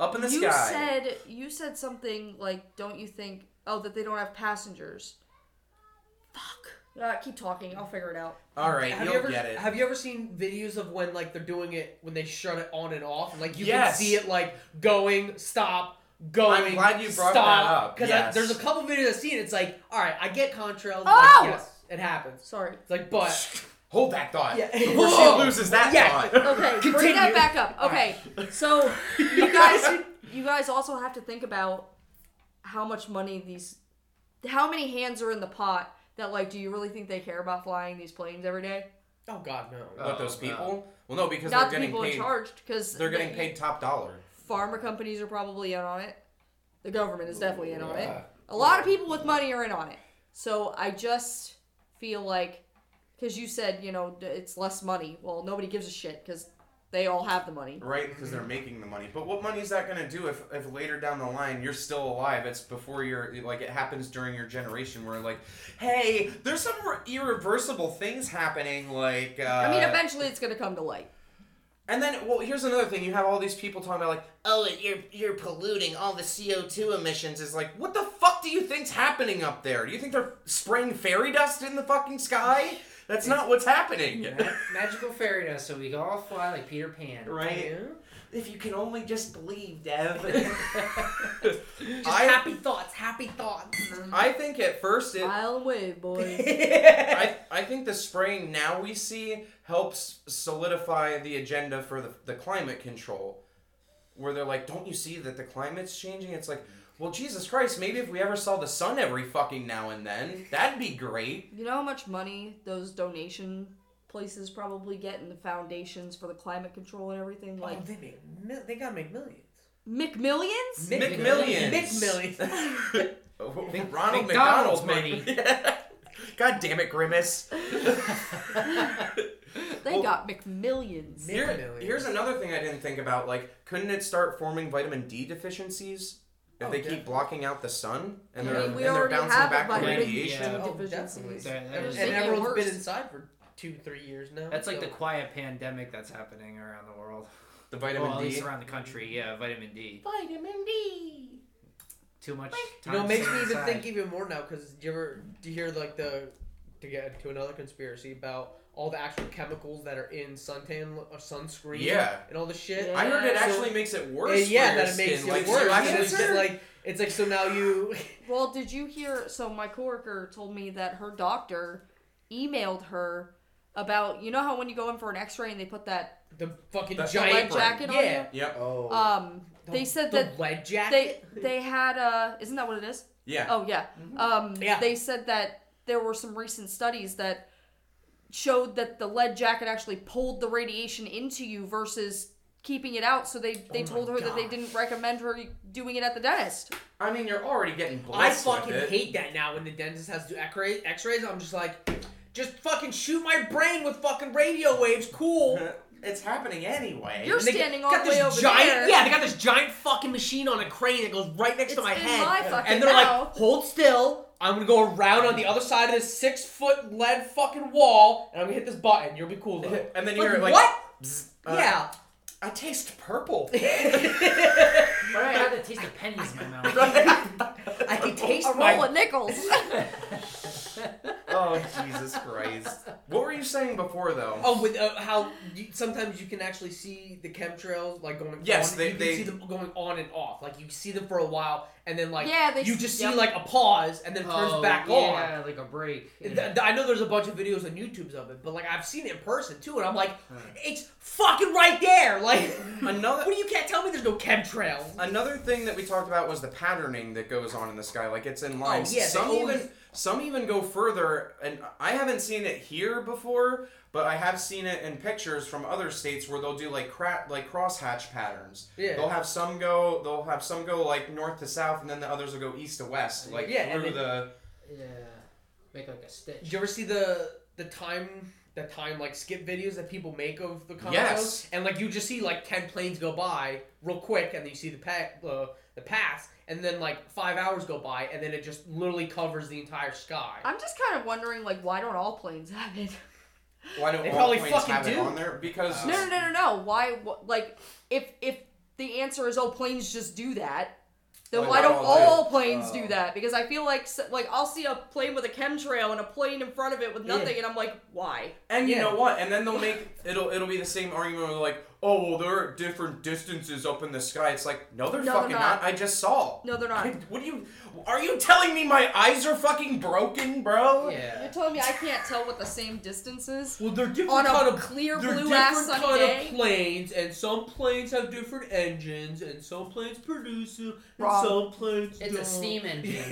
Speaker 3: up in the
Speaker 1: on. You
Speaker 3: sky.
Speaker 1: said you said something like, don't you think? Oh, that they don't have passengers. Fuck. Uh, keep talking. I'll figure it out.
Speaker 3: All right,
Speaker 2: Have
Speaker 3: you'll
Speaker 2: you ever
Speaker 3: get it.
Speaker 2: have you ever seen videos of when like they're doing it when they shut it on and off? and, Like you
Speaker 3: Yes.
Speaker 2: can see it like going, stop, going.
Speaker 3: I'm glad you brought that up,
Speaker 2: because
Speaker 3: yes.
Speaker 2: there's a couple videos I've seen. It's like, all right, I get contrails.
Speaker 1: Oh!
Speaker 2: Like, yes, it happens.
Speaker 1: Sorry.
Speaker 2: It's like, but
Speaker 3: (laughs) Hold that thought.
Speaker 2: Yeah.
Speaker 3: (laughs) Before
Speaker 2: Whoa.
Speaker 3: she loses that
Speaker 2: Yeah.
Speaker 3: thought.
Speaker 1: Okay, (laughs)
Speaker 2: (laughs) Continue.
Speaker 1: bring that back up. Okay, (laughs) so you guys, you guys also have to think about how much money these, how many hands are in the pot. That like, do you really think they care about flying these planes every day?
Speaker 2: oh god, no.
Speaker 3: But those
Speaker 4: Oh,
Speaker 3: people? Well, no, because
Speaker 1: Not
Speaker 3: they're
Speaker 1: the
Speaker 3: getting
Speaker 1: people
Speaker 3: paid.
Speaker 1: in charge, because
Speaker 3: They're getting paid top dollar.
Speaker 1: Pharma companies are probably in on it. The government is definitely in on it. A lot of people with money are in on it. So I just feel like, because you said you know d- it's less money. Well, nobody gives a shit because they all have the money.
Speaker 3: Right, because they're making the money. But what money is that going to do if, if later down the line you're still alive? It's before you're like it happens during your generation where like, hey, there's some re- irreversible things happening. Like, uh,
Speaker 1: I mean, eventually it's gonna come to light.
Speaker 3: and then well, here's another thing. You have all these people talking about like, oh, you're you're polluting. All the CO two emissions is like, what the fuck do you think's happening up there? Do you think they're spraying fairy dust in the fucking sky? That's not what's happening.
Speaker 4: Ma- (laughs) magical fairy dust, so we can all fly like Peter Pan.
Speaker 3: Right? If you can only just believe, Dev.
Speaker 2: Just
Speaker 3: I-
Speaker 2: happy thoughts, happy thoughts.
Speaker 3: I think at first it,
Speaker 1: Smile and wave,
Speaker 2: (laughs)
Speaker 1: boys.
Speaker 3: I, I think the spraying now we see helps solidify the agenda for the, the climate control. Where they're like, don't you see that the climate's changing? It's like, well, Jesus Christ, maybe if we ever saw the sun every fucking now and then, that'd be great.
Speaker 1: You know how much money those donation places probably get in the foundations for the climate control and everything? Like
Speaker 2: Oh, they make mil- they gotta make millions.
Speaker 1: McMillions?
Speaker 3: McMillions.
Speaker 2: McMillions.
Speaker 3: (laughs) Oh, Ronald
Speaker 4: McDonald's
Speaker 3: McDonald's money. (laughs) God damn it, Grimace.
Speaker 1: They
Speaker 3: oh.
Speaker 1: got McMillions.
Speaker 2: Mc-
Speaker 3: Here-
Speaker 2: Millions.
Speaker 3: here's another thing I didn't think about. Like, couldn't it start forming vitamin D deficiencies if
Speaker 2: Oh,
Speaker 3: they keep
Speaker 2: definitely.
Speaker 3: blocking out the sun and
Speaker 1: I
Speaker 3: they're,
Speaker 1: mean, we
Speaker 3: and they're
Speaker 1: already
Speaker 3: bouncing
Speaker 1: have
Speaker 3: back
Speaker 1: a
Speaker 3: to
Speaker 1: vitamin
Speaker 3: radiation?
Speaker 4: Yeah.
Speaker 2: Oh,
Speaker 1: deficiency.
Speaker 2: definitely.
Speaker 4: That- that
Speaker 1: They're
Speaker 4: was-
Speaker 2: and
Speaker 1: making it
Speaker 2: everyone's
Speaker 1: worse.
Speaker 2: been inside for two, three years now.
Speaker 4: That's like the
Speaker 2: so-
Speaker 4: quiet pandemic that's happening around the world.
Speaker 3: The vitamin
Speaker 4: well, at
Speaker 3: D.
Speaker 4: least around the country, yeah, vitamin D.
Speaker 2: vitamin D.
Speaker 4: Too much
Speaker 2: You
Speaker 4: time.
Speaker 2: know, it makes
Speaker 4: spent
Speaker 2: me even
Speaker 4: inside.
Speaker 2: think even more now because do you ever do you hear like the to get to another conspiracy about all the actual chemicals that are in suntan or sunscreen,
Speaker 3: Yeah.
Speaker 2: and all the shit.
Speaker 1: Yeah.
Speaker 3: I heard it
Speaker 2: So-
Speaker 3: actually makes it worse.
Speaker 2: and yeah,
Speaker 3: for your
Speaker 2: that it makes
Speaker 3: skin.
Speaker 2: it
Speaker 3: like,
Speaker 2: worse.
Speaker 3: You
Speaker 2: and
Speaker 3: actually
Speaker 2: it's
Speaker 3: get,
Speaker 2: just like it's like so now you. (laughs)
Speaker 1: Well, did you hear? So my coworker told me that her doctor emailed her about you know how when you go in for an X-ray and they put that
Speaker 2: The fucking
Speaker 3: That's the
Speaker 2: giant
Speaker 3: lead
Speaker 1: jacket on
Speaker 2: yeah.
Speaker 3: yep.
Speaker 4: Oh.
Speaker 2: Uh,
Speaker 1: um
Speaker 2: The-
Speaker 1: they said
Speaker 2: the
Speaker 1: that
Speaker 2: lead
Speaker 1: they
Speaker 2: jacket. Mm-hmm.
Speaker 1: they had uh isn't that what it is
Speaker 3: Yeah.
Speaker 1: Oh yeah. Um,
Speaker 2: Yeah.
Speaker 1: They said that there were some recent studies that showed that the lead jacket actually pulled the radiation into you versus keeping it out. So they they
Speaker 2: Oh my
Speaker 1: told her that they
Speaker 2: gosh.
Speaker 1: didn't recommend her doing it at the dentist.
Speaker 3: I mean, you're already getting
Speaker 2: I
Speaker 3: blessed
Speaker 2: fucking
Speaker 3: with it.
Speaker 2: hate that now when the dentist has to do X-rays. X-rays, I'm just like, just fucking shoot my brain with fucking radio waves.
Speaker 1: (laughs)
Speaker 2: Cool.
Speaker 3: (laughs) It's happening anyway.
Speaker 1: You're
Speaker 2: And they
Speaker 1: standing
Speaker 2: got
Speaker 1: all the
Speaker 2: this
Speaker 1: way over
Speaker 2: giant,
Speaker 1: there.
Speaker 2: Yeah, they got this giant fucking machine on a crane that goes right next to
Speaker 1: It's
Speaker 2: my
Speaker 1: in
Speaker 2: head.
Speaker 1: my fucking
Speaker 2: and they're like,
Speaker 1: mouth.
Speaker 2: hold still. I'm gonna go around on the other side of this six foot lead fucking wall, and I'm gonna hit this button. You'll be cool though.
Speaker 3: (laughs) (laughs) and then you're
Speaker 2: Like,
Speaker 3: like,
Speaker 2: what?
Speaker 1: yeah.
Speaker 3: I taste purple.
Speaker 2: (laughs)
Speaker 9: Why do I have the taste of pennies in my mouth?
Speaker 4: (laughs)
Speaker 1: I can taste
Speaker 10: A
Speaker 1: my
Speaker 10: roll of nickels.
Speaker 3: oh Jesus Christ! What were you saying before though?
Speaker 2: Oh, with uh, how you, sometimes you can actually see the chemtrails like going.
Speaker 3: Yes,
Speaker 2: on,
Speaker 3: they-
Speaker 2: you can
Speaker 3: they-
Speaker 2: see them going on and off. Like you see them for a while, and then like
Speaker 10: Yeah, they
Speaker 2: you
Speaker 10: s-
Speaker 2: just
Speaker 10: yep.
Speaker 2: see like a pause, and then it turns
Speaker 4: Oh,
Speaker 2: back on.
Speaker 4: yeah, like a break.
Speaker 2: Th-
Speaker 4: Yeah.
Speaker 2: th- I know there's a bunch of videos on YouTube's of it, but like I've seen it in person too, and I'm like, it's fucking right there. (laughs) Like,
Speaker 3: Another
Speaker 2: what do you can't tell me there's no chemtrails?
Speaker 3: another thing that we talked about was the patterning that goes on in the sky. Like it's in lines.
Speaker 2: Oh, yeah, they
Speaker 3: some
Speaker 2: always-
Speaker 3: even some even go further, and I haven't seen it here before, but I have seen it in pictures from other states where they'll do like cra- like crosshatch patterns.
Speaker 2: Yeah.
Speaker 3: They'll have some go. They'll have some go like north to south, and then the others will go east to west. Like
Speaker 2: Yeah, and
Speaker 3: through
Speaker 2: it-
Speaker 3: the
Speaker 4: yeah. Make like a stitch.
Speaker 2: Did you ever see the the time the time like skip videos that people make of the Congo?
Speaker 3: Yes.
Speaker 2: And like you just see like ten planes go by real quick, and then you see the pa- uh, the paths, and then like five hours go by, and then it just literally covers the entire sky.
Speaker 1: I'm just kind of wondering, like, why don't all planes have it?
Speaker 3: why don't
Speaker 2: They
Speaker 3: all
Speaker 2: probably
Speaker 3: planes
Speaker 2: fucking
Speaker 3: have it
Speaker 2: do.
Speaker 3: on there? Because
Speaker 1: No, no, no, no, no. Why? wh- Like, if if the answer is, oh, planes just do that, then
Speaker 3: Why
Speaker 1: why
Speaker 3: not
Speaker 1: don't
Speaker 3: all do?
Speaker 1: all planes do
Speaker 4: Oh.
Speaker 1: that? Because I feel like s- like I'll see a plane with a chemtrail and a plane in front of it with nothing, and I'm like, why?
Speaker 3: And you
Speaker 2: Yeah.
Speaker 3: know what? And then they'll make it'll it'll be the same argument where like, oh well, there are different distances up in the sky. It's like, no, they're
Speaker 1: No, they're
Speaker 3: fucking not.
Speaker 1: not.
Speaker 3: I just saw.
Speaker 1: No, they're
Speaker 3: (laughs)
Speaker 1: not.
Speaker 3: I- what do you? Are you telling me my eyes are fucking broken,
Speaker 2: Oh,
Speaker 3: bro?
Speaker 1: You're
Speaker 4: Yeah.
Speaker 1: telling me I can't tell what the same distance is
Speaker 2: Well, they're different
Speaker 1: on a
Speaker 2: kind of
Speaker 1: clear
Speaker 2: they're
Speaker 1: blue
Speaker 2: different
Speaker 1: ass sunny
Speaker 2: kind
Speaker 1: day?
Speaker 2: of planes, and some planes have different engines, and some planes produce them, and
Speaker 1: Wrong.
Speaker 2: some planes
Speaker 9: It's
Speaker 2: don't.
Speaker 9: a steam
Speaker 2: (laughs)
Speaker 9: engine.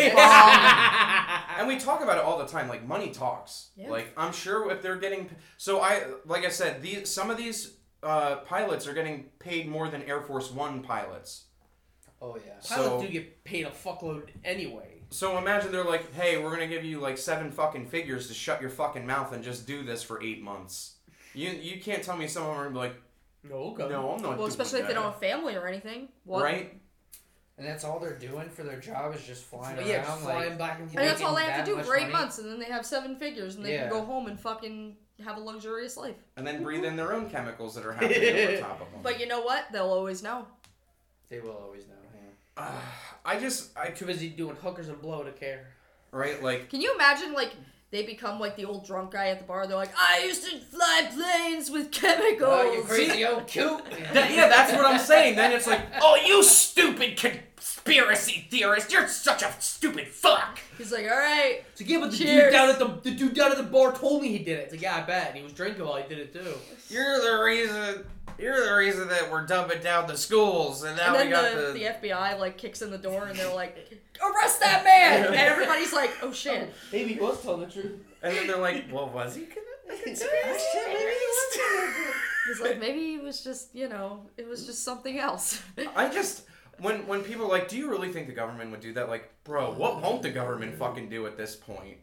Speaker 3: And we talk about it all the time. Like money talks.
Speaker 1: Yeah.
Speaker 3: Like I'm sure if they're getting so I like I said these some of these uh, pilots are getting paid more than Air Force One pilots.
Speaker 4: Oh yeah.
Speaker 2: Pilots
Speaker 3: so
Speaker 2: do get paid a fuckload anyway.
Speaker 3: so imagine they're like, hey, we're gonna give you like seven fucking figures to shut your fucking mouth and just do this for eight months. You you can't tell me some of them are gonna be like.
Speaker 2: No, okay.
Speaker 3: No, I'm not.
Speaker 1: Well,
Speaker 3: doing
Speaker 1: especially if they
Speaker 3: that.
Speaker 1: don't have family or anything. What?
Speaker 3: Right?
Speaker 4: And that's all they're doing for their job is just flying
Speaker 2: yeah,
Speaker 4: around.
Speaker 2: just
Speaker 4: like,
Speaker 2: flying back and
Speaker 1: And that's
Speaker 4: Making
Speaker 1: all they have
Speaker 4: that
Speaker 1: to do
Speaker 4: much
Speaker 1: for eight
Speaker 4: money?
Speaker 1: months, and then they have seven figures, and they
Speaker 4: Yeah.
Speaker 1: can go home and fucking have a luxurious life.
Speaker 3: And then breathe in their own chemicals that are
Speaker 9: (laughs)
Speaker 3: happening over top of them.
Speaker 1: But you know what? They'll always know.
Speaker 4: They will always know. Yeah.
Speaker 3: Ah, I just, I
Speaker 2: Too busy doing hookers and blow to care.
Speaker 3: right, like
Speaker 1: Can you imagine like they become like the old drunk guy at the bar? They're like, I used to fly planes with chemicals.
Speaker 4: Oh, you crazy
Speaker 2: (laughs)
Speaker 4: old coot.
Speaker 3: that, yeah, that's what I'm saying. Then it's like,
Speaker 9: oh, you stupid conspiracy theorist! You're such a stupid fuck.
Speaker 1: He's like, all right,
Speaker 2: So yeah, but the
Speaker 1: Cheers.
Speaker 2: dude down at the the dude down at the bar told me he did it. It's like yeah, I bet. And he was drinking while he did it too.
Speaker 3: you're the reason, you're the reason that we're dumbing down the schools, and now
Speaker 1: and then
Speaker 3: we got
Speaker 1: the,
Speaker 3: the.
Speaker 1: the, FBI like kicks in the door and they're like, arrest that
Speaker 3: (laughs)
Speaker 1: man! and everybody's like, oh shit.
Speaker 2: Maybe he was telling the truth.
Speaker 3: and then they're like, well, was he?
Speaker 1: (laughs) He's
Speaker 3: (laughs)
Speaker 1: like, maybe it was just you know, it was just something else.
Speaker 3: I just. When, when people are like, do you really think the government would do that? Like, bro, what won't the government fucking do at this point?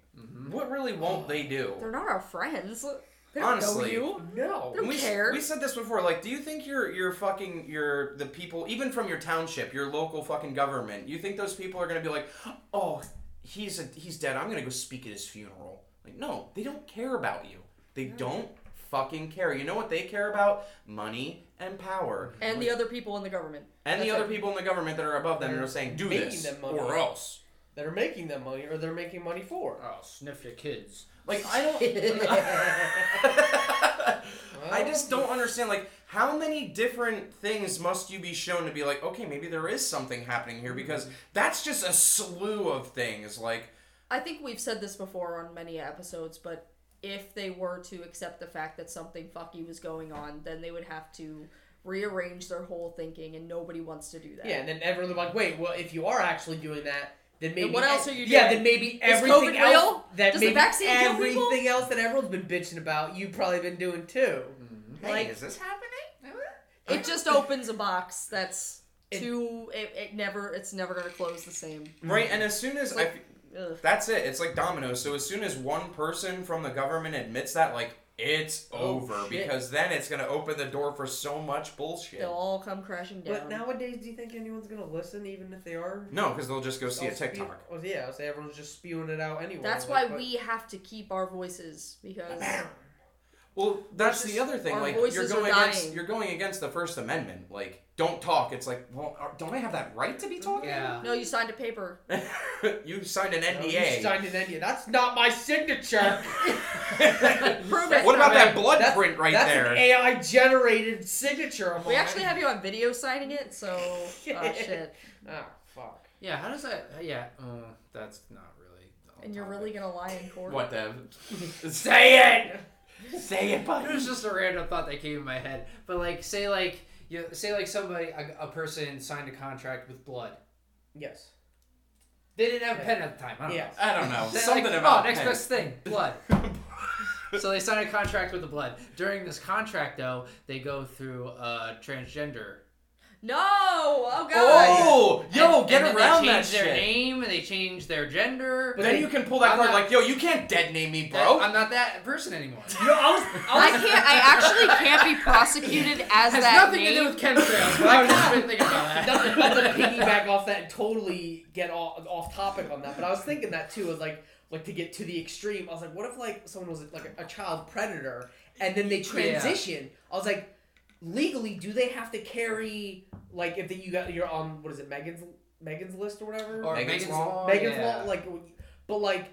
Speaker 3: What really won't they do?
Speaker 1: (laughs) they're not our friends. They don't
Speaker 3: Honestly,
Speaker 1: know you.
Speaker 2: Oh, No.
Speaker 1: They don't
Speaker 3: we,
Speaker 1: care.
Speaker 3: we said this before. Like, do you think your your fucking your the people, even from your township, your local fucking government, you think those people are gonna be like, oh, he's a, he's dead. I'm gonna go speak at his funeral. Like, no, they don't care about you. They don't fucking care. You know what they care about? Money and power,
Speaker 1: and the other people in the government.
Speaker 3: and the
Speaker 2: That's
Speaker 3: other
Speaker 2: it.
Speaker 3: people in the government that are above them and are saying, do
Speaker 2: Making
Speaker 3: this
Speaker 2: them money.
Speaker 3: or else.
Speaker 2: That are making them money or they're making money for.
Speaker 1: (laughs)
Speaker 4: Oh, sniff your kids.
Speaker 3: Like, I
Speaker 2: (laughs)
Speaker 3: don't. (laughs) I just don't understand. Like, how many different things must you be shown to be like, okay, maybe there is something happening here? Because that's just a slew of things. Like,
Speaker 1: I think we've said this before on many episodes, but if they were to accept the fact that something fucky was going on, then they would have to rearrange their whole thinking, and nobody wants to do that.
Speaker 2: Yeah, and then everyone's like, wait, well, if you are actually doing that, then maybe e-,
Speaker 1: what else are you
Speaker 2: Yeah,
Speaker 1: doing?
Speaker 2: then maybe
Speaker 1: Is
Speaker 2: everything
Speaker 1: COVID
Speaker 2: else
Speaker 1: real?
Speaker 2: that
Speaker 1: Does the
Speaker 2: maybe
Speaker 1: vaccine kill people?
Speaker 2: everything else that everyone's been bitching about, you've probably been doing too.
Speaker 3: hey,
Speaker 1: Like-
Speaker 3: is this happening?
Speaker 1: It just opens a box that's too. It, it never. It's never gonna close the same.
Speaker 3: Right, and as soon as I,
Speaker 1: Like-
Speaker 3: f-
Speaker 1: Ugh.
Speaker 3: that's it. It's like dominoes. So as soon as one person from the government admits that, like, it's over
Speaker 2: shit.
Speaker 3: because then it's gonna open the door for so much bullshit.
Speaker 1: They'll all come crashing down.
Speaker 2: But nowadays, do you think anyone's gonna listen, even if they are?
Speaker 3: No, because they'll just go see a
Speaker 2: I'll spew-
Speaker 3: TikTok.
Speaker 2: Oh, yeah, I'll say everyone's just spewing it out anyway.
Speaker 1: that's
Speaker 2: like,
Speaker 1: why
Speaker 2: but-
Speaker 1: we have to keep our voices because
Speaker 3: Well, that's
Speaker 1: just-
Speaker 3: the other thing.
Speaker 1: our
Speaker 3: Like
Speaker 1: voices
Speaker 3: you're
Speaker 1: are
Speaker 3: going against
Speaker 1: dying.
Speaker 3: you're going against the First Amendment. Like don't talk. It's like, well, are- don't I have that right to be talking?
Speaker 4: Yeah.
Speaker 1: No, you signed a paper.
Speaker 3: (laughs) you signed an
Speaker 2: You
Speaker 3: NDA. (laughs)
Speaker 2: signed an NDA. That's not my signature.
Speaker 1: Prove it.
Speaker 3: what about
Speaker 2: That's-
Speaker 3: that blood print right
Speaker 2: That's
Speaker 3: there?
Speaker 2: an AI generated signature. I'm
Speaker 1: We
Speaker 2: like,
Speaker 1: actually have you on video signing it,
Speaker 3: (laughs)
Speaker 1: so oh shit.
Speaker 2: Oh fuck.
Speaker 4: Yeah. How does that? Yeah. Uh, that's not really. on
Speaker 1: And you're
Speaker 4: topic.
Speaker 1: really gonna lie in court.
Speaker 3: what
Speaker 4: (laughs)
Speaker 3: the?
Speaker 2: Say it.
Speaker 3: Say it,
Speaker 4: It
Speaker 3: buddy.
Speaker 4: was just a random thought that came in my head. But like, say like you say like somebody a, a person signed a contract with blood.
Speaker 2: Yes.
Speaker 4: They didn't have a pen at the time. I don't
Speaker 2: Yeah.
Speaker 4: know.
Speaker 3: I don't know.
Speaker 4: They're
Speaker 3: Something
Speaker 4: like,
Speaker 3: about
Speaker 4: oh, next
Speaker 3: pen. (laughs)
Speaker 4: best thing, blood. so they sign a contract with the blood. During this contract, though, they go through uh, transgender.
Speaker 1: No! Oh god!
Speaker 3: Oh, yo,
Speaker 4: And-
Speaker 3: get
Speaker 4: and then
Speaker 3: around
Speaker 4: they
Speaker 3: that
Speaker 4: change
Speaker 3: shit.
Speaker 4: their name and they change their gender.
Speaker 3: then you can pull that
Speaker 4: I'm
Speaker 3: card.
Speaker 4: not-
Speaker 3: Like, yo, you can't dead name me,
Speaker 4: That-
Speaker 3: bro.
Speaker 4: I'm not that person anymore.
Speaker 2: You know, I was.
Speaker 11: I
Speaker 2: I was
Speaker 11: can't. I actually can't be
Speaker 1: (laughs)
Speaker 11: prosecuted as
Speaker 4: Has
Speaker 11: that
Speaker 4: nothing
Speaker 11: name.
Speaker 4: to do with chemtrails. But I've just been thinking about that.
Speaker 2: nothing (laughs) not to piggyback off that and totally get off, off topic on that, but I was thinking that too. Was like like to get to the extreme. I was like, what if like someone was like a, child predator and then they transition? I was like, legally, do they have to carry like if they, you got you're on what is it Megan's Megan's list or whatever
Speaker 4: Or oh,
Speaker 3: Megan's Law?
Speaker 2: Megan's
Speaker 4: yeah.
Speaker 2: Law, like, but like,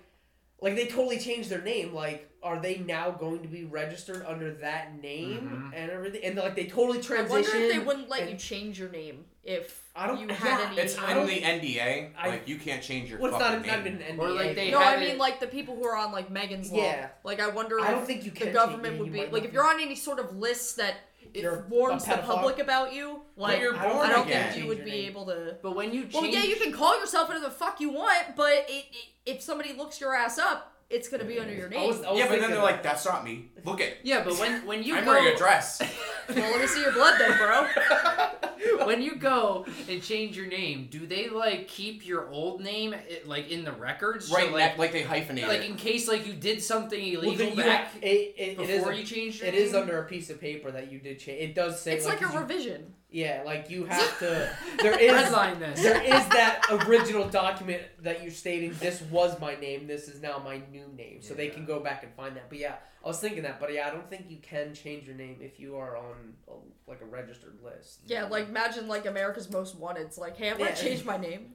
Speaker 2: like they totally changed their name. Like, are they now going to be registered under that name
Speaker 4: Mm-hmm.
Speaker 2: and everything? And like, they totally
Speaker 1: I
Speaker 2: transitioned.
Speaker 1: wonder if they wouldn't let
Speaker 2: and-
Speaker 1: you change your name if
Speaker 2: I don't-
Speaker 1: you
Speaker 2: yeah,
Speaker 1: had any.
Speaker 3: It's
Speaker 2: I
Speaker 3: in
Speaker 2: don't-
Speaker 3: the NDA.
Speaker 2: I-
Speaker 3: like, you can't change your
Speaker 2: Well, it's
Speaker 3: fucking
Speaker 2: not, not
Speaker 3: name.
Speaker 2: even an
Speaker 4: Or,
Speaker 2: NDA.
Speaker 4: like, they
Speaker 1: no, I
Speaker 4: have
Speaker 1: mean
Speaker 4: it-
Speaker 1: like the people who are on like Megan's Law.
Speaker 2: Yeah.
Speaker 1: Like I wonder
Speaker 2: I don't
Speaker 1: if
Speaker 2: think you can
Speaker 1: the
Speaker 2: take
Speaker 1: government
Speaker 2: it,
Speaker 1: would
Speaker 2: you
Speaker 1: be
Speaker 2: might
Speaker 1: like
Speaker 2: not
Speaker 1: if you're on any sort of list that
Speaker 2: You're a
Speaker 1: informs the
Speaker 2: pedophile.
Speaker 1: public about you. Like
Speaker 3: you're
Speaker 1: I
Speaker 2: born
Speaker 1: don't, I don't
Speaker 3: again.
Speaker 1: think you
Speaker 2: Change your
Speaker 1: would be
Speaker 2: name.
Speaker 1: able to.
Speaker 4: But when you change,
Speaker 1: Well, yeah, you can call yourself whatever the fuck you want, but it, it- if somebody looks your ass up, it's gonna be under your
Speaker 2: I
Speaker 1: name.
Speaker 2: was, I was
Speaker 3: Yeah, but then
Speaker 2: thinking
Speaker 3: they're
Speaker 2: that.
Speaker 3: like, that's not me. Look at.
Speaker 4: Yeah, but when when you
Speaker 3: I'm
Speaker 4: go,
Speaker 3: wearing a
Speaker 4: (laughs)
Speaker 3: dress.
Speaker 1: well, let me see your blood then, bro.
Speaker 2: (laughs)
Speaker 4: when you go and change your name, do they like keep your old name it- like in the records? So,
Speaker 3: right, like,
Speaker 4: like,
Speaker 3: like they hyphenate
Speaker 4: like
Speaker 3: it.
Speaker 4: in case like you did something
Speaker 2: Well,
Speaker 4: illegal
Speaker 2: then you
Speaker 4: back
Speaker 2: have- it, it, it is
Speaker 4: before
Speaker 2: a-
Speaker 4: you changed your
Speaker 2: it
Speaker 4: name.
Speaker 2: is
Speaker 4: (laughs)
Speaker 2: under a piece of paper that you did change. It does say
Speaker 1: It's like a
Speaker 2: you-
Speaker 1: revision.
Speaker 2: yeah, like you
Speaker 1: (laughs)
Speaker 2: have to. (laughs) There is
Speaker 4: redline
Speaker 2: (laughs)
Speaker 4: this.
Speaker 2: there is that original document that you're stating this was my name this is now my new name so they can go back and find that but yeah i was thinking that but yeah i don't think you can change your name if you are on a, like a registered list
Speaker 1: Yeah, like imagine like America's Most Wanted. It's like, hey, I'm gonna
Speaker 2: Yeah.
Speaker 1: change my name.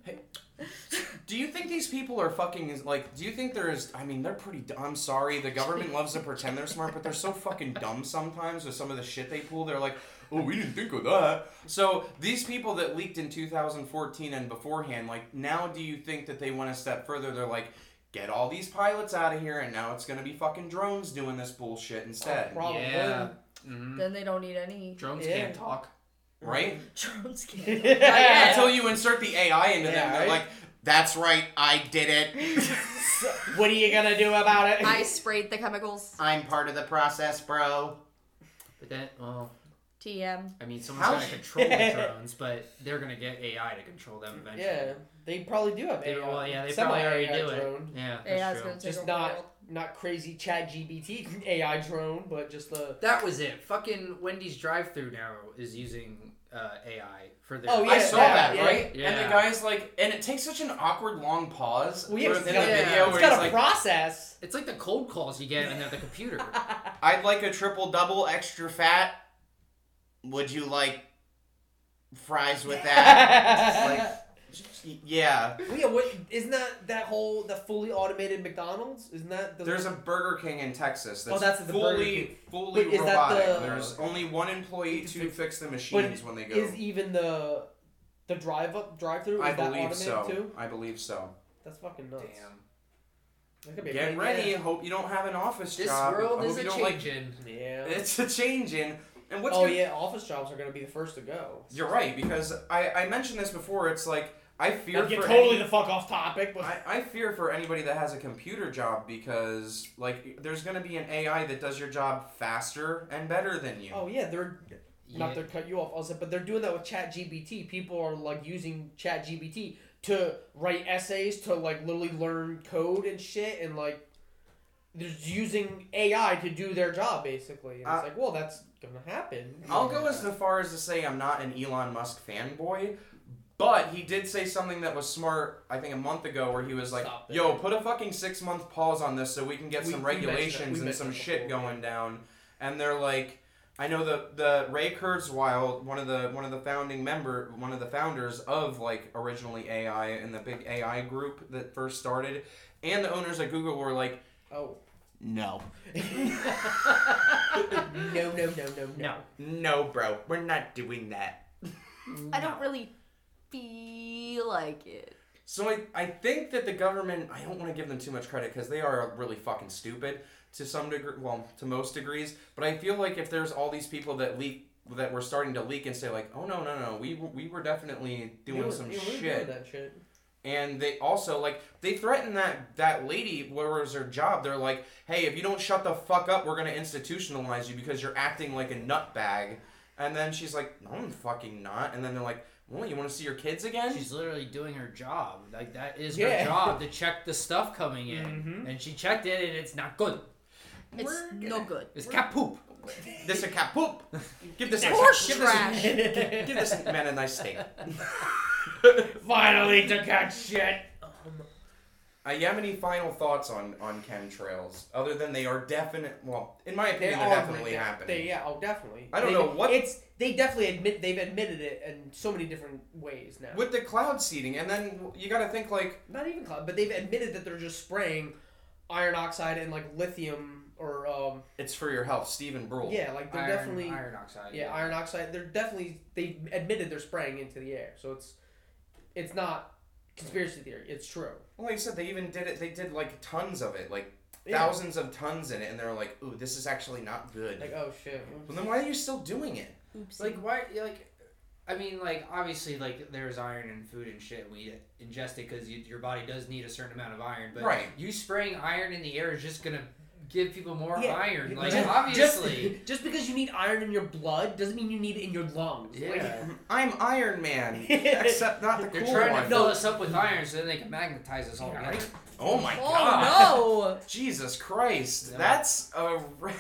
Speaker 3: Do you think these people are fucking like? Do you think there is? I mean, they're pretty. d- I'm sorry. The government loves to pretend they're smart, but they're so fucking dumb sometimes with some of the shit they pull. They're like, "Oh, we didn't think of that." So these people that leaked in 2014 and beforehand, like now, do you think that they went a step further? They're like, "Get all these pilots out of here," and now it's gonna be fucking drones doing this bullshit instead,
Speaker 2: probably
Speaker 4: Yeah. Mhm.
Speaker 1: Then they don't need any
Speaker 4: Drones
Speaker 2: Yeah.
Speaker 4: can't talk.
Speaker 3: right?
Speaker 2: (laughs)
Speaker 1: drones. Can't.
Speaker 2: Yeah.
Speaker 3: Until you insert the AI into them,
Speaker 2: Yeah,
Speaker 3: they're
Speaker 2: right?
Speaker 3: like, "That's right, I did it. (laughs)
Speaker 2: what are you gonna do about it (laughs)
Speaker 11: I sprayed the chemicals.
Speaker 3: I'm part of the process, bro."
Speaker 4: But then, well,
Speaker 1: TM.
Speaker 4: I mean, someone's
Speaker 3: How
Speaker 4: gonna
Speaker 3: sh-
Speaker 2: (laughs)
Speaker 4: control the drones, but they're gonna get AI to control them eventually.
Speaker 2: yeah they probably do have
Speaker 4: They,
Speaker 2: AI,
Speaker 4: well, yeah, they
Speaker 2: semi
Speaker 4: probably already
Speaker 2: AI
Speaker 4: do it.
Speaker 2: drone.
Speaker 4: Yeah, that's
Speaker 1: AI's
Speaker 4: true.
Speaker 1: gonna take
Speaker 2: just
Speaker 1: over
Speaker 2: not
Speaker 1: the world.
Speaker 2: not crazy chat (laughs) gbt ai drone but just the
Speaker 4: That was it. Fucking Wendy's drive-through now is using uh, AI for their.
Speaker 2: Oh,
Speaker 3: I
Speaker 2: yeah,
Speaker 3: saw
Speaker 2: yeah,
Speaker 3: that,
Speaker 2: yeah.
Speaker 3: right? And
Speaker 4: Yeah.
Speaker 3: the guy's like, and it takes such an awkward long pause
Speaker 2: Well, yeah,
Speaker 3: for-
Speaker 2: it's
Speaker 3: in
Speaker 2: got-
Speaker 3: the
Speaker 4: yeah.
Speaker 3: video
Speaker 2: it's
Speaker 3: where
Speaker 2: got
Speaker 3: he's
Speaker 2: a
Speaker 3: like,
Speaker 2: process
Speaker 4: It's like the cold calls you get on the, the
Speaker 2: (laughs)
Speaker 4: computer.
Speaker 3: I'd like a triple double extra fat. Would you like
Speaker 2: (laughs)
Speaker 3: fries (laughs) with that? like, y- yeah.
Speaker 2: Well, Yeah, what isn't that that whole the fully automated McDonald's? Isn't that the,
Speaker 3: There's a Burger King in Texas
Speaker 2: Oh,
Speaker 3: that's,
Speaker 2: that's the Burger
Speaker 3: fully
Speaker 2: King.
Speaker 3: fully
Speaker 2: Wait, is that
Speaker 3: robotic.
Speaker 2: the-
Speaker 3: There's only one employee to fix the machines when they go.
Speaker 2: is even the the drive up drive through?
Speaker 3: I
Speaker 2: is that
Speaker 3: believe
Speaker 2: automated
Speaker 3: so.
Speaker 2: too?
Speaker 3: I believe so.
Speaker 2: That's fucking nuts. That
Speaker 4: Damn,
Speaker 2: could be a
Speaker 3: Get
Speaker 2: great
Speaker 3: ready.
Speaker 2: idea.
Speaker 3: Hope you don't have an office
Speaker 4: this
Speaker 3: job.
Speaker 4: world
Speaker 3: I hope
Speaker 4: is
Speaker 3: you
Speaker 4: a
Speaker 3: don't like-
Speaker 4: changing.
Speaker 2: Yeah.
Speaker 3: (laughs) It's a change in. And what's
Speaker 2: oh
Speaker 3: gonna-
Speaker 2: yeah, office jobs are gonna be the first to go.
Speaker 3: You're right because I, I mentioned this before. It's like I fear
Speaker 2: Now, get
Speaker 3: for
Speaker 2: totally
Speaker 3: any-
Speaker 2: the fuck off topic, but
Speaker 3: I, I fear for anybody that has a computer job because like there's gonna be an AI that does your job faster and better than you.
Speaker 2: oh yeah, they're
Speaker 4: Yeah.
Speaker 2: not to cut you off. Also, but they're doing that with Chat GBT. People are like using Chat GBT to write essays, to like literally learn code and shit, and like they're just using AI to do their job basically. And
Speaker 3: Uh,
Speaker 2: it's like, well, that's gonna happen.
Speaker 3: I'll go
Speaker 2: (laughs)
Speaker 3: as far as to say I'm not an Elon Musk fanboy, but he did say something that was smart. I think a month ago where he was like,
Speaker 2: Stop it.
Speaker 3: "Yo, put a fucking six month pause on this so we can get
Speaker 2: We-
Speaker 3: some
Speaker 2: we mentioned it. We
Speaker 3: regulations and
Speaker 2: mentioned
Speaker 3: some
Speaker 2: it
Speaker 3: shit
Speaker 2: before,
Speaker 3: going down." and they're like, I know the the Ray Kurzweil, one of the one of the founding member, one of the founders of like originally AI and the big AI group that first started, and the owners at Google were like, oh
Speaker 12: No.
Speaker 4: (laughs)
Speaker 2: No, no, no, no, no.
Speaker 3: no, bro, we're not doing that.
Speaker 13: I don't really feel like it.
Speaker 3: So I, I think that the government, I don't want to give them too much credit because they are really fucking stupid to some degree, well, to most degrees. But I feel like if there's all these people that leak, that were starting to leak and say like, oh no, no, no, we, we were definitely doing some shit.
Speaker 2: that shit.
Speaker 3: And they also like they threatened that that lady where was her job. They're like, "Hey, if you don't shut the fuck up, we're gonna institutionalize you because you're acting like a nutbag." And then she's like, "No, I'm fucking not." And then they're like, "Well, you want to see your kids again?"
Speaker 4: She's literally doing her job. Like that is
Speaker 2: Yeah. Mm-hmm.
Speaker 4: her job to check the stuff coming in, and she checked it, and it's not good.
Speaker 1: It's no good.
Speaker 4: It's cat poop.
Speaker 3: This a cat poop. Give this a
Speaker 1: Horse
Speaker 3: give
Speaker 1: trash.
Speaker 3: This, give this man a nice steak.
Speaker 2: (laughs) Finally, to catch shit.
Speaker 3: (laughs) Uh, you have any final thoughts on on chemtrails other than they are definite? Well, in my opinion, they are definitely happening.
Speaker 2: They, yeah, oh, definitely.
Speaker 3: I don't
Speaker 2: They-
Speaker 3: know what-
Speaker 2: it's. They definitely admit they've admitted it in so many different ways now.
Speaker 3: With the cloud seeding, and then you got to think like
Speaker 2: Not even cloud, but they've admitted that they're just spraying iron oxide and like lithium or um
Speaker 3: it's for your health, Stephen Brule.
Speaker 2: yeah, like they're
Speaker 4: Iron,
Speaker 2: definitely
Speaker 4: iron oxide.
Speaker 2: yeah iron oxide. They're definitely they admitted they're spraying into the air, so it's it's not conspiracy theory. It's true.
Speaker 3: Well, like I said, they even did it. They did like tons of it, like
Speaker 2: Yeah.
Speaker 3: thousands of tons in it, and they're like, "Ooh, this is actually not good."
Speaker 2: Like oh shit.
Speaker 3: well, then why are you still doing it?
Speaker 4: Like
Speaker 2: oh,
Speaker 4: why? Like, I mean, like obviously, like there's iron in food and shit. and We ingest it because you, your body does need a certain amount of iron. But
Speaker 3: Right.
Speaker 4: you spraying iron in the air is just gonna give people more
Speaker 2: Yeah.
Speaker 4: iron. Like
Speaker 2: Just-
Speaker 4: (laughs) obviously.
Speaker 2: just, just because you need iron in your blood doesn't mean you need it in your lungs. Like,
Speaker 4: Yeah.
Speaker 2: (laughs)
Speaker 3: I'm Iron Man, except not the
Speaker 4: They're
Speaker 3: cool
Speaker 4: trying
Speaker 3: one.
Speaker 4: to fill us up with iron so then they can magnetize us all. together.
Speaker 3: Oh my god!
Speaker 1: Oh
Speaker 3: Jesus Christ,
Speaker 4: Yeah.
Speaker 3: that's a. (laughs) ra-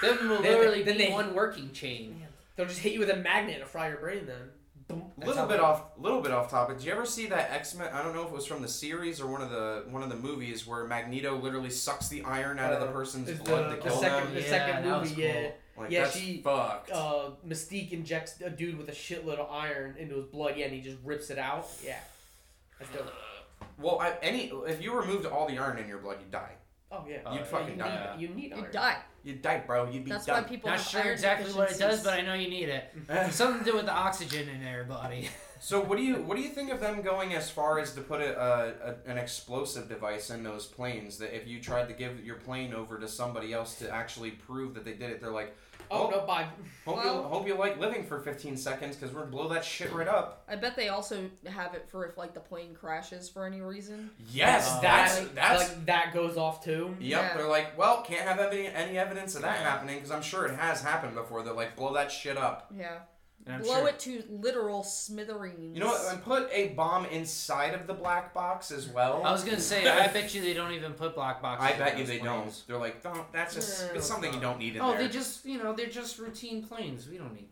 Speaker 4: Then we'll
Speaker 2: Then-
Speaker 4: literally
Speaker 2: then
Speaker 4: be
Speaker 2: they-
Speaker 4: one working chain.
Speaker 2: They'll just hit you with a magnet to fry your brain then. Boom.
Speaker 4: That's
Speaker 3: little
Speaker 4: how
Speaker 3: bit
Speaker 4: they-
Speaker 3: off little bit off topic. Did you ever see that X Men I don't know if it was from the series or one of the one of the movies where Magneto literally sucks the iron out of the
Speaker 2: Uh,
Speaker 3: person's
Speaker 2: Is
Speaker 3: blood
Speaker 2: the,
Speaker 3: to
Speaker 2: the
Speaker 3: kill
Speaker 2: second,
Speaker 3: them.
Speaker 2: the
Speaker 4: Yeah,
Speaker 2: second
Speaker 4: that
Speaker 2: movie,
Speaker 4: was
Speaker 2: yeah.
Speaker 3: Like
Speaker 2: yeah,
Speaker 3: that's
Speaker 2: she-
Speaker 3: fucked.
Speaker 2: Uh, Mystique injects a dude with a shitload of iron into his blood, yeah, and he just rips it out. Yeah. That's dope.
Speaker 3: well, I, any if you removed all the iron in your blood, you'd die.
Speaker 2: Oh, yeah.
Speaker 3: You'd
Speaker 2: Yeah,
Speaker 3: fucking
Speaker 2: you
Speaker 3: die.
Speaker 2: Need, you need
Speaker 1: no, you
Speaker 2: iron.
Speaker 1: die.
Speaker 3: You'd die, bro. You'd be
Speaker 1: That's why
Speaker 3: done.
Speaker 1: people.
Speaker 4: Not
Speaker 1: have
Speaker 4: sure
Speaker 1: iron
Speaker 4: exactly what it does,
Speaker 1: deficiencies.
Speaker 4: but I know you need it.
Speaker 2: Mm-hmm. Eh,
Speaker 4: Something to do with the oxygen in their (laughs) body.
Speaker 3: so what do you what do you think of them going as far as to put a, a, a an explosive device in those planes that if you tried to give your plane over to somebody else to actually prove that they did it, they're like,
Speaker 2: Oh, no, bye.
Speaker 3: Hope you hope you like living for 15 seconds because we're gonna blow that shit right up.
Speaker 1: I bet they also have it for if like the plane crashes for any reason.
Speaker 3: Yes,
Speaker 2: Uh,
Speaker 3: that's
Speaker 1: like-
Speaker 3: that's.
Speaker 2: like, that goes off too.
Speaker 3: yep,
Speaker 1: Yeah.
Speaker 3: they're like, well, can't have any any evidence of that happening because I'm sure it has happened before. They're like, blow that shit up.
Speaker 1: Yeah,
Speaker 4: And I'm
Speaker 1: blow
Speaker 4: sure-
Speaker 1: it to literal smithereens.
Speaker 3: You know what? And put a bomb inside of the black box as well.
Speaker 4: I was gonna say, I bet you they don't even put black boxes.
Speaker 3: (laughs) I
Speaker 4: in
Speaker 3: bet you
Speaker 4: those
Speaker 3: they
Speaker 4: planes.
Speaker 3: don't. They're like, don't. That's just it's something you don't need in
Speaker 4: Oh,
Speaker 3: there.
Speaker 4: they just you know they're just routine planes. We don't need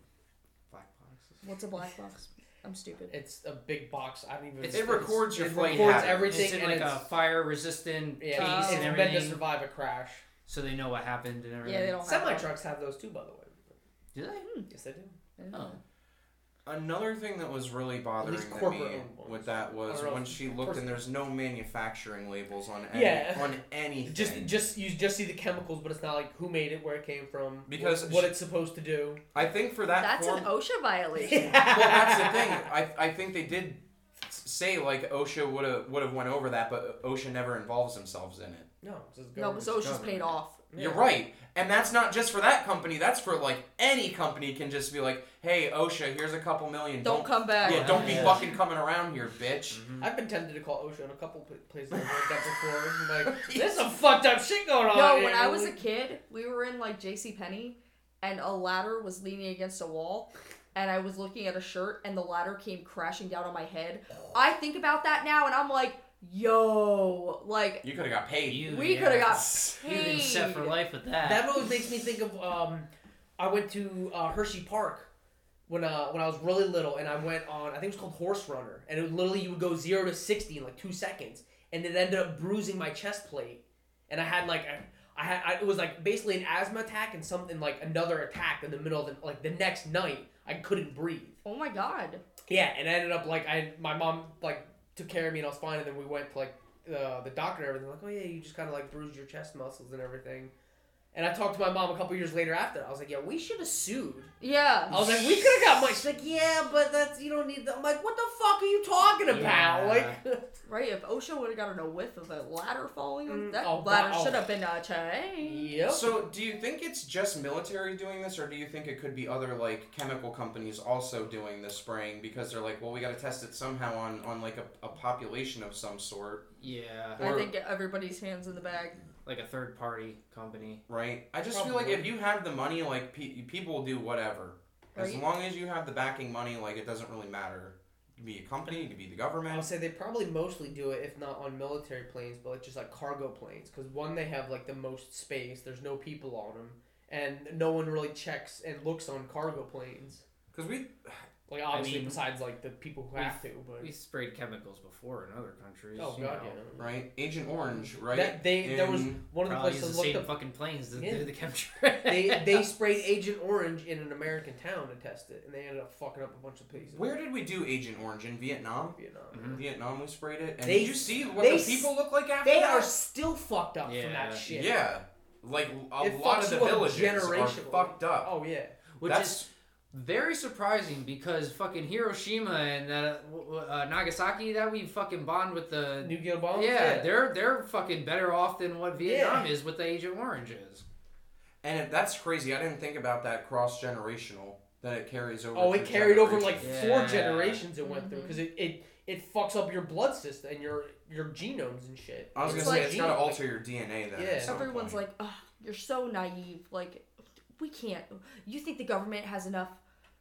Speaker 4: black boxes.
Speaker 1: What's a black box? I'm stupid.
Speaker 2: It's a big box. I don't even.
Speaker 4: It's-
Speaker 3: it records your
Speaker 4: it
Speaker 3: flight
Speaker 2: records
Speaker 3: habits.
Speaker 2: everything.
Speaker 4: It's in
Speaker 2: and
Speaker 4: like a
Speaker 2: it's-
Speaker 4: fire resistant
Speaker 2: Yeah,
Speaker 4: case
Speaker 2: it's-
Speaker 4: and
Speaker 2: it's meant to
Speaker 4: everything,
Speaker 2: survive a crash.
Speaker 4: so they know what happened and everything.
Speaker 1: Yeah, they don't have.
Speaker 2: Semi
Speaker 1: that.
Speaker 2: trucks have those too, by the way.
Speaker 4: Do they?
Speaker 2: Yes, they do.
Speaker 4: Oh.
Speaker 3: Another thing that was really bothering
Speaker 2: least
Speaker 3: to me
Speaker 2: corporate-owned ones.
Speaker 3: with that was
Speaker 2: know if
Speaker 3: when
Speaker 2: it's
Speaker 3: she looked
Speaker 2: corporate.
Speaker 3: and there's no manufacturing labels on any,
Speaker 2: Yeah.
Speaker 3: on anything.
Speaker 2: Just, just you just see the chemicals, but it's not like who made it, where it came from,
Speaker 3: Because
Speaker 2: what, what
Speaker 3: she-
Speaker 2: it's supposed
Speaker 1: (laughs)
Speaker 2: to do.
Speaker 3: I think for that
Speaker 1: That's
Speaker 3: form,
Speaker 1: an OSHA violation.
Speaker 3: well, that's the thing. I, I think they did say like OSHA would have would have went over that, but OSHA never involves themselves in it.
Speaker 2: No, it's
Speaker 1: (laughs)
Speaker 2: just
Speaker 1: no, because OSHA's paid off.
Speaker 3: You're right, and that's not just for that company. That's for like any company can just be like, "Hey, OSHA, here's a couple million.
Speaker 1: Don't come back.
Speaker 3: Yeah, don't be
Speaker 4: Yeah.
Speaker 3: fucking coming around here, bitch."
Speaker 4: Hmm.
Speaker 1: Mm-hmm.
Speaker 2: I've been tempted to call OSHA in a couple pla- places I've
Speaker 1: (laughs)
Speaker 2: worked at before. and, Like, there's some fucked up shit going on.
Speaker 1: Yo,
Speaker 2: here.
Speaker 1: when I was a kid, we were in like J.C. Penney, and a ladder was leaning against a wall, and I was looking at a shirt, and the ladder came crashing down on my head. I think about that now, and I'm like, yo, like
Speaker 3: You could have got paid.
Speaker 4: You-
Speaker 1: we could have
Speaker 4: yes.
Speaker 1: got
Speaker 4: You've been set
Speaker 1: paid.
Speaker 4: for life with that.
Speaker 2: That always makes me think of um, I went to uh, Hershey Park when uh, when I was really little, and I went on I think it was called Horse Runner, and it was literally you would go zero to sixty in like two seconds, and it ended up bruising my chest plate, and I had like a, I had I, it was like basically an asthma attack and something like another attack in the middle of the, like the next night. I couldn't breathe.
Speaker 1: Oh my god.
Speaker 2: Yeah, and I ended up like I my mom like took care of me and I was fine, and then we went to like uh, the doctor and everything. Like, oh yeah, you just kind of like bruised your chest muscles and everything. And I talked to my mom a couple years later after. I was like, yeah, we should have sued.
Speaker 1: Yeah.
Speaker 2: I was like, we could have got money. She's like, yeah, but that's you don't need. The-. I'm like, what the fuck are you talking about?
Speaker 4: Yeah.
Speaker 2: Like, (laughs)
Speaker 1: Right, if OSHA would have gotten a whiff of a ladder falling, on
Speaker 2: Mm,
Speaker 1: that
Speaker 2: oh,
Speaker 1: ladder
Speaker 2: wow.
Speaker 1: should have been uh, changed.
Speaker 2: yep.
Speaker 3: So, do you think it's just military doing this, or do you think it could be other like chemical companies also doing this spraying because they're like, well, we got to test it somehow on on like a, a population of some sort,
Speaker 4: Yeah,
Speaker 1: I
Speaker 3: Or-
Speaker 1: think everybody's hands in the bag.
Speaker 4: like a third party company.
Speaker 3: right? I just feel like if you have the money, like pe- people will do whatever, as
Speaker 1: Right.
Speaker 3: long as you have the backing money. Like it doesn't really matter. You could be a company, you could be the
Speaker 2: I would
Speaker 3: government.
Speaker 2: say they probably mostly do it, if not on military planes, but like just like cargo planes. Because one, they have like the most space. There's no people on them, and no one really checks and looks on cargo planes.
Speaker 3: Because we
Speaker 2: Like obviously,
Speaker 4: mean,
Speaker 2: besides like the people who
Speaker 4: we-
Speaker 2: have to, but
Speaker 4: We sprayed chemicals before in other countries.
Speaker 2: oh god,
Speaker 4: you know.
Speaker 2: yeah.
Speaker 3: right Agent Orange, right?
Speaker 2: That, they there was
Speaker 3: In-
Speaker 2: one of the
Speaker 4: Probably
Speaker 2: places
Speaker 4: use the
Speaker 2: I looked
Speaker 4: same
Speaker 2: up.
Speaker 4: fucking planes that
Speaker 2: Yeah.
Speaker 4: do the chemtrails.
Speaker 2: (laughs) they
Speaker 4: (laughs)
Speaker 2: they sprayed Agent Orange in an American town and tested, it, and they ended up fucking up a bunch of places.
Speaker 3: where did we do Agent Orange in Vietnam?
Speaker 2: Vietnam.
Speaker 4: Mm-hmm.
Speaker 3: Vietnam, we sprayed it. And
Speaker 2: Mm-hmm. They-
Speaker 3: did you see what
Speaker 2: they
Speaker 3: the people look like after
Speaker 2: They
Speaker 3: that?
Speaker 2: are still fucked up from
Speaker 4: Yeah.
Speaker 2: that shit.
Speaker 3: Yeah. Like a
Speaker 2: It
Speaker 3: lot
Speaker 2: fucks
Speaker 3: of the
Speaker 2: you up
Speaker 3: villages
Speaker 2: generationally.
Speaker 3: are fucked up.
Speaker 2: Oh yeah.
Speaker 4: Which
Speaker 3: That's
Speaker 4: is very surprising because fucking Hiroshima and uh, w- w- uh, Nagasaki that we fucking bond with the
Speaker 2: Nuclear bombs.
Speaker 4: yeah, they're they're fucking better off than what Vietnam
Speaker 2: Yeah.
Speaker 4: is with the Agent Orange is.
Speaker 3: and it, that's crazy. I didn't think about that cross generational that it carries over.
Speaker 2: Oh, it
Speaker 3: through
Speaker 2: carried over like
Speaker 3: generations.
Speaker 2: four
Speaker 4: Yeah. Mm-hmm.
Speaker 2: generations it went through because it, it it fucks up your blood system and your your genomes and shit.
Speaker 3: I was
Speaker 1: It's
Speaker 3: gonna say
Speaker 1: like-
Speaker 3: it's gotta alter your DNA then. at
Speaker 2: Yeah.
Speaker 3: some
Speaker 1: Everyone's
Speaker 3: point.
Speaker 1: like, oh, you're so naive. Like, we can't. You think the government has enough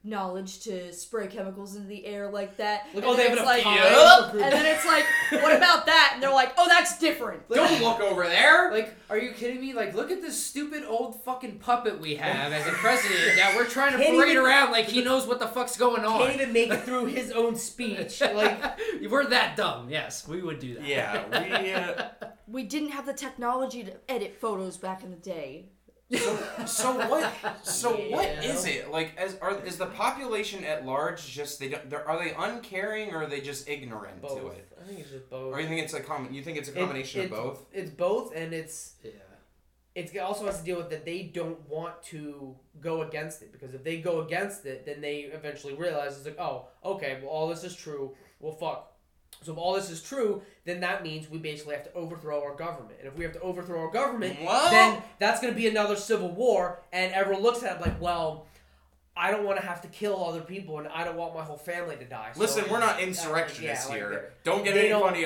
Speaker 1: knowledge to spray chemicals into the air like that?
Speaker 2: Like,
Speaker 1: And
Speaker 2: oh, they
Speaker 1: then
Speaker 2: have
Speaker 1: it's
Speaker 2: enough
Speaker 1: like, (laughs)
Speaker 2: time.
Speaker 1: And then it's like, what about that? And they're like, oh, that's different.
Speaker 3: don't look over there.
Speaker 4: Like, are you kidding me? Like, look at this stupid old fucking puppet we have as a president that we're trying to
Speaker 2: Can't
Speaker 4: parade
Speaker 2: even-
Speaker 4: around like he knows what the fuck's going on.
Speaker 2: Can't even make
Speaker 4: (laughs)
Speaker 2: it through his own speech. Like
Speaker 4: we're that dumb. Yes, we would do that.
Speaker 3: Yeah, we, uh,
Speaker 1: We didn't have the technology to edit photos back in the day.
Speaker 4: (laughs)
Speaker 3: so what? So what
Speaker 4: Yeah.
Speaker 3: is it like? As are is the population at large just they don't? They're, are they uncaring or are they just ignorant to
Speaker 2: both.
Speaker 3: it?
Speaker 2: I think it's just both.
Speaker 3: Or you think it's a common? You think it's a
Speaker 2: It-
Speaker 3: combination of
Speaker 2: it's-
Speaker 3: both?
Speaker 2: It's both, and it's
Speaker 4: Yeah.
Speaker 2: it's it also has to deal with that they don't want to go against it because if they go against it, then they eventually realize it's like, oh, okay, well all this is true. Well, fuck. So if all this is true, then that means we basically have to overthrow our government. And if we have to overthrow our government,
Speaker 3: What?
Speaker 2: then that's going to be another civil war. And everyone looks at it like, well, I don't want to have to kill other people, and I don't want my whole family to die. So
Speaker 3: Listen, we're not
Speaker 2: it's-
Speaker 3: insurrectionists
Speaker 2: yeah, like
Speaker 3: here.
Speaker 2: they're-
Speaker 3: don't get
Speaker 2: they
Speaker 3: any
Speaker 2: don't-
Speaker 3: funny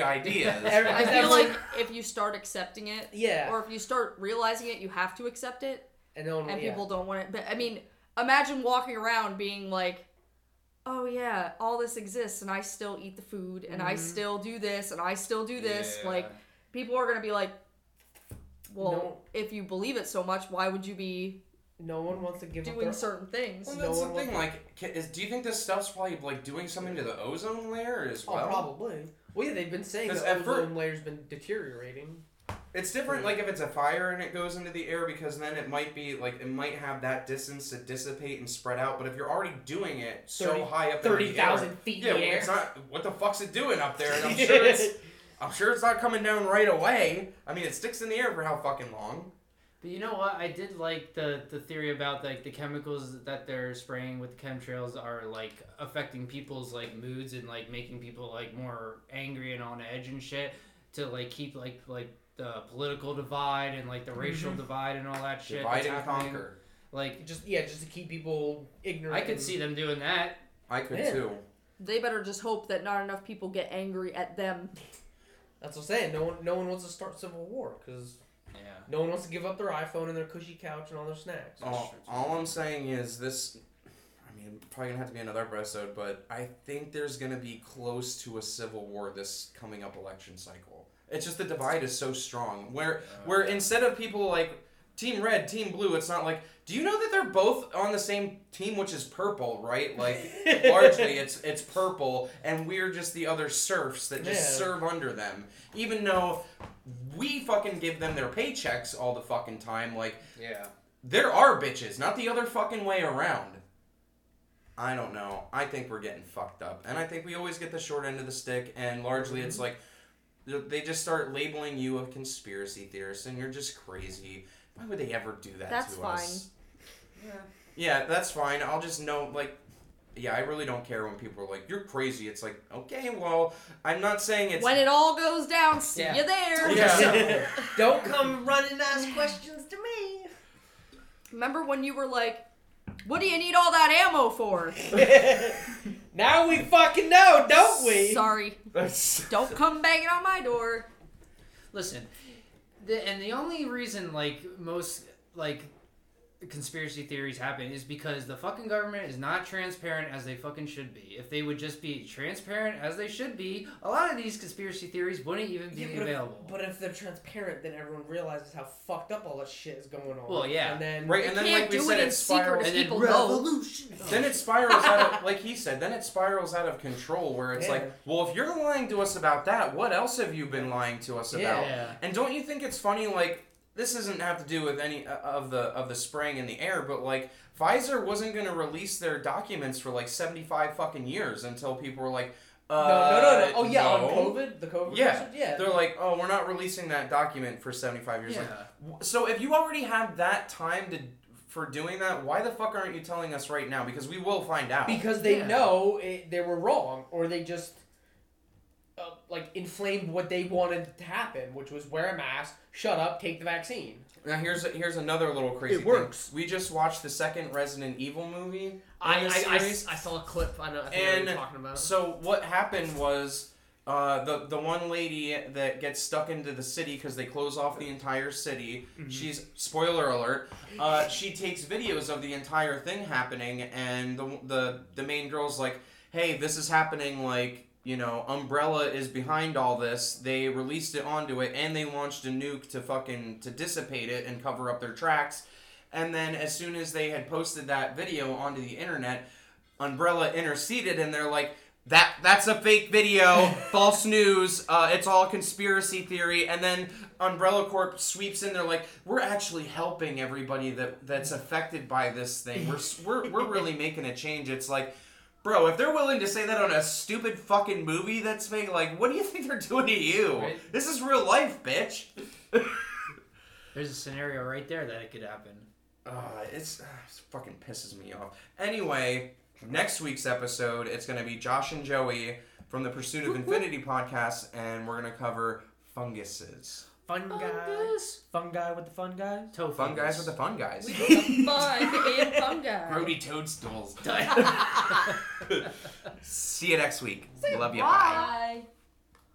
Speaker 2: (laughs)
Speaker 3: ideas.
Speaker 2: Every-
Speaker 1: I feel
Speaker 2: everyone-
Speaker 1: like if you start accepting it,
Speaker 2: yeah,
Speaker 1: or if you start realizing it, you have to accept it.
Speaker 2: and, no one,
Speaker 1: and
Speaker 2: Oh, yeah.
Speaker 1: people don't want it. But I mean, imagine walking around being like, "Oh yeah, all this exists, and I still eat the food, and I still do this, and I still do this."
Speaker 4: Yeah.
Speaker 1: Like, people are gonna be like, "Well,
Speaker 2: No.
Speaker 1: if you believe it so much, why would you be
Speaker 2: No one wants to give up
Speaker 1: doing
Speaker 2: their
Speaker 1: certain things?"
Speaker 3: Well,
Speaker 2: No
Speaker 3: that's
Speaker 2: one
Speaker 3: the
Speaker 2: will-
Speaker 3: thing. Like, ca- is, do you think this stuff's probably like doing something to the ozone layer as
Speaker 2: Oh,
Speaker 3: well?
Speaker 2: probably. Well, yeah, they've been saying
Speaker 3: Because
Speaker 2: the
Speaker 3: at fir-
Speaker 2: ozone layer's been deteriorating.
Speaker 3: It's
Speaker 4: Hmm.
Speaker 3: different. Like, if it's a fire and it goes into the air, because then it might be like it might have that distance to dissipate and spread out. But if you're already doing it so
Speaker 2: 30
Speaker 3: high up, in the air-
Speaker 2: 30,000 feet in
Speaker 3: yeah,
Speaker 2: the air.
Speaker 3: it's not. What the fuck's it doing up there?
Speaker 2: (laughs)
Speaker 3: And I'm sure it's. I'm sure it's not coming down right away. I mean, it sticks in the air for how fucking long?
Speaker 4: But you know what? I did like the the theory about like the chemicals that they're spraying with the chemtrails are like affecting people's like moods and like making people like more angry and on edge and shit to like keep like like the political divide and like the racial divide and all that shit.
Speaker 3: Mm-hmm. Divide
Speaker 4: that's
Speaker 3: and
Speaker 4: happening.
Speaker 3: conquer.
Speaker 4: Like
Speaker 2: Just yeah, just to keep people ignorant.
Speaker 4: I could
Speaker 2: and-
Speaker 4: see them doing that.
Speaker 3: I could
Speaker 2: Yeah.
Speaker 3: too.
Speaker 1: They better just hope that not enough people get angry at them.
Speaker 2: That's what I'm saying. No one, no one wants to start civil war because
Speaker 4: Yeah.
Speaker 2: no one wants to give up their iPhone and their cushy couch and all their snacks.
Speaker 3: All, all I'm saying is this. I mean, probably gonna have to be another episode, but I think there's gonna be close to a civil war this coming up election cycle. It's just the divide is so strong. Where where instead of people like Team Red, Team Blue. It's not like. Do you know that they're both on the same team, which is purple, right?
Speaker 2: (laughs)
Speaker 3: Like largely, it's it's purple, and we're just the other serfs that just
Speaker 2: Yeah.
Speaker 3: serve under them. Even though we fucking give them their paychecks all the fucking time, like
Speaker 4: Yeah.
Speaker 3: there are bitches, not the other fucking way around. I don't know. I think we're getting fucked up. And I think we always get the short end of the stick, and largely it's like th- they just start labeling you a conspiracy theorist, and you're just crazy. Why would they ever do that
Speaker 1: That's
Speaker 3: to
Speaker 1: fine.
Speaker 3: us? Yeah, that's fine. I'll just know, like, yeah, I really don't care when people are like, you're crazy. It's like, okay, well, I'm not saying it's.
Speaker 1: When it all goes down, see
Speaker 4: Yeah.
Speaker 1: you
Speaker 2: Oh,
Speaker 1: there.
Speaker 3: yeah.
Speaker 2: Don't come running ask questions to me.
Speaker 1: (laughs)
Speaker 2: (laughs)
Speaker 1: Remember when you were like, "What do you need all that ammo for?"
Speaker 2: now we fucking know, don't we?
Speaker 1: Sorry, don't come banging on my door.
Speaker 4: Listen, the, and the only reason like most like conspiracy theories happen is because the fucking government is not transparent as they fucking should be. If they would just be transparent as they should be, a lot of these conspiracy theories wouldn't even be
Speaker 2: Yeah, but, if,
Speaker 4: available.
Speaker 2: but if they're transparent, then everyone realizes how fucked up all this shit is going on.
Speaker 4: Well, yeah.
Speaker 2: And then
Speaker 3: Right, and
Speaker 1: Can't
Speaker 3: then, like we
Speaker 1: do
Speaker 3: said,
Speaker 1: it in
Speaker 3: it spirals.
Speaker 1: secret if
Speaker 4: and then
Speaker 1: people know.
Speaker 2: revolution.
Speaker 3: then it spirals out of like he said then it spirals out of control where it's
Speaker 2: Yeah.
Speaker 3: like well if you're lying to us about that what else have you been lying to us about
Speaker 4: Yeah.
Speaker 3: and don't you think it's funny like this doesn't have to do with any uh, of the of the spraying in the air but like Pfizer wasn't going to release their documents for like 75 fucking years until people were like
Speaker 2: No,
Speaker 3: uh,
Speaker 2: no, no, no. Oh yeah,
Speaker 3: no.
Speaker 2: on COVID, the COVID.
Speaker 3: Yeah.
Speaker 2: research? yeah.
Speaker 3: They're like, oh, we're not releasing that document for 75 years. Like,
Speaker 4: Yeah.
Speaker 3: w- so if you already had that time to for doing that, why the fuck aren't you telling us right now? Because we will find out.
Speaker 2: because they
Speaker 4: Yeah.
Speaker 2: know it, they were wrong, or they just uh, like inflamed what they wanted to happen, which was wear a mask, shut up, take the vaccine.
Speaker 3: now here's here's another little crazy.
Speaker 2: It works.
Speaker 3: Thing. We just watched the second Resident Evil movie. in
Speaker 14: I, I,
Speaker 3: the
Speaker 14: I-
Speaker 3: series.
Speaker 14: I saw a clip. I know. I think I know what
Speaker 3: and
Speaker 14: you're talking about.
Speaker 3: so what happened was uh, the the one lady that gets stuck into the city because they close off the entire city. She's spoiler alert. Uh, she takes videos of the entire thing happening, and the the the main girl's like, "Hey, this is happening. Like, you know, Umbrella is behind all this. They released it onto it, and they launched a nuke to fucking to dissipate it and cover up their tracks." And then as soon as they had posted that video onto the internet, Umbrella interceded, and they're like, "That that's a fake video, false news. Uh, it's all conspiracy theory." And then Umbrella Corp sweeps in. They're like, "We're actually helping everybody that that's affected by this thing. We're s- we're we're really making a change." It's like. Bro, if they're willing to say that on a stupid fucking movie that's fake, like, what do you think they're doing to you?
Speaker 4: Right.
Speaker 3: This is real life, bitch.
Speaker 4: There's a scenario right there that it could happen.
Speaker 3: Uh, it's uh, it fucking pisses me off. Anyway, next week's episode, it's gonna be Josh and Joey from the Pursuit of Infinity podcast, and we're gonna cover funguses.
Speaker 2: Fun
Speaker 1: Oh,
Speaker 2: guys, fun guy with the fun guys.
Speaker 4: Tofu.
Speaker 3: Fun guys with the fun guys.
Speaker 1: Bye, fungi.
Speaker 15: Grody
Speaker 1: (laughs)
Speaker 15: toadstools.
Speaker 4: (laughs)
Speaker 3: See you next week. (laughs) Love you. Bye.
Speaker 1: Bye.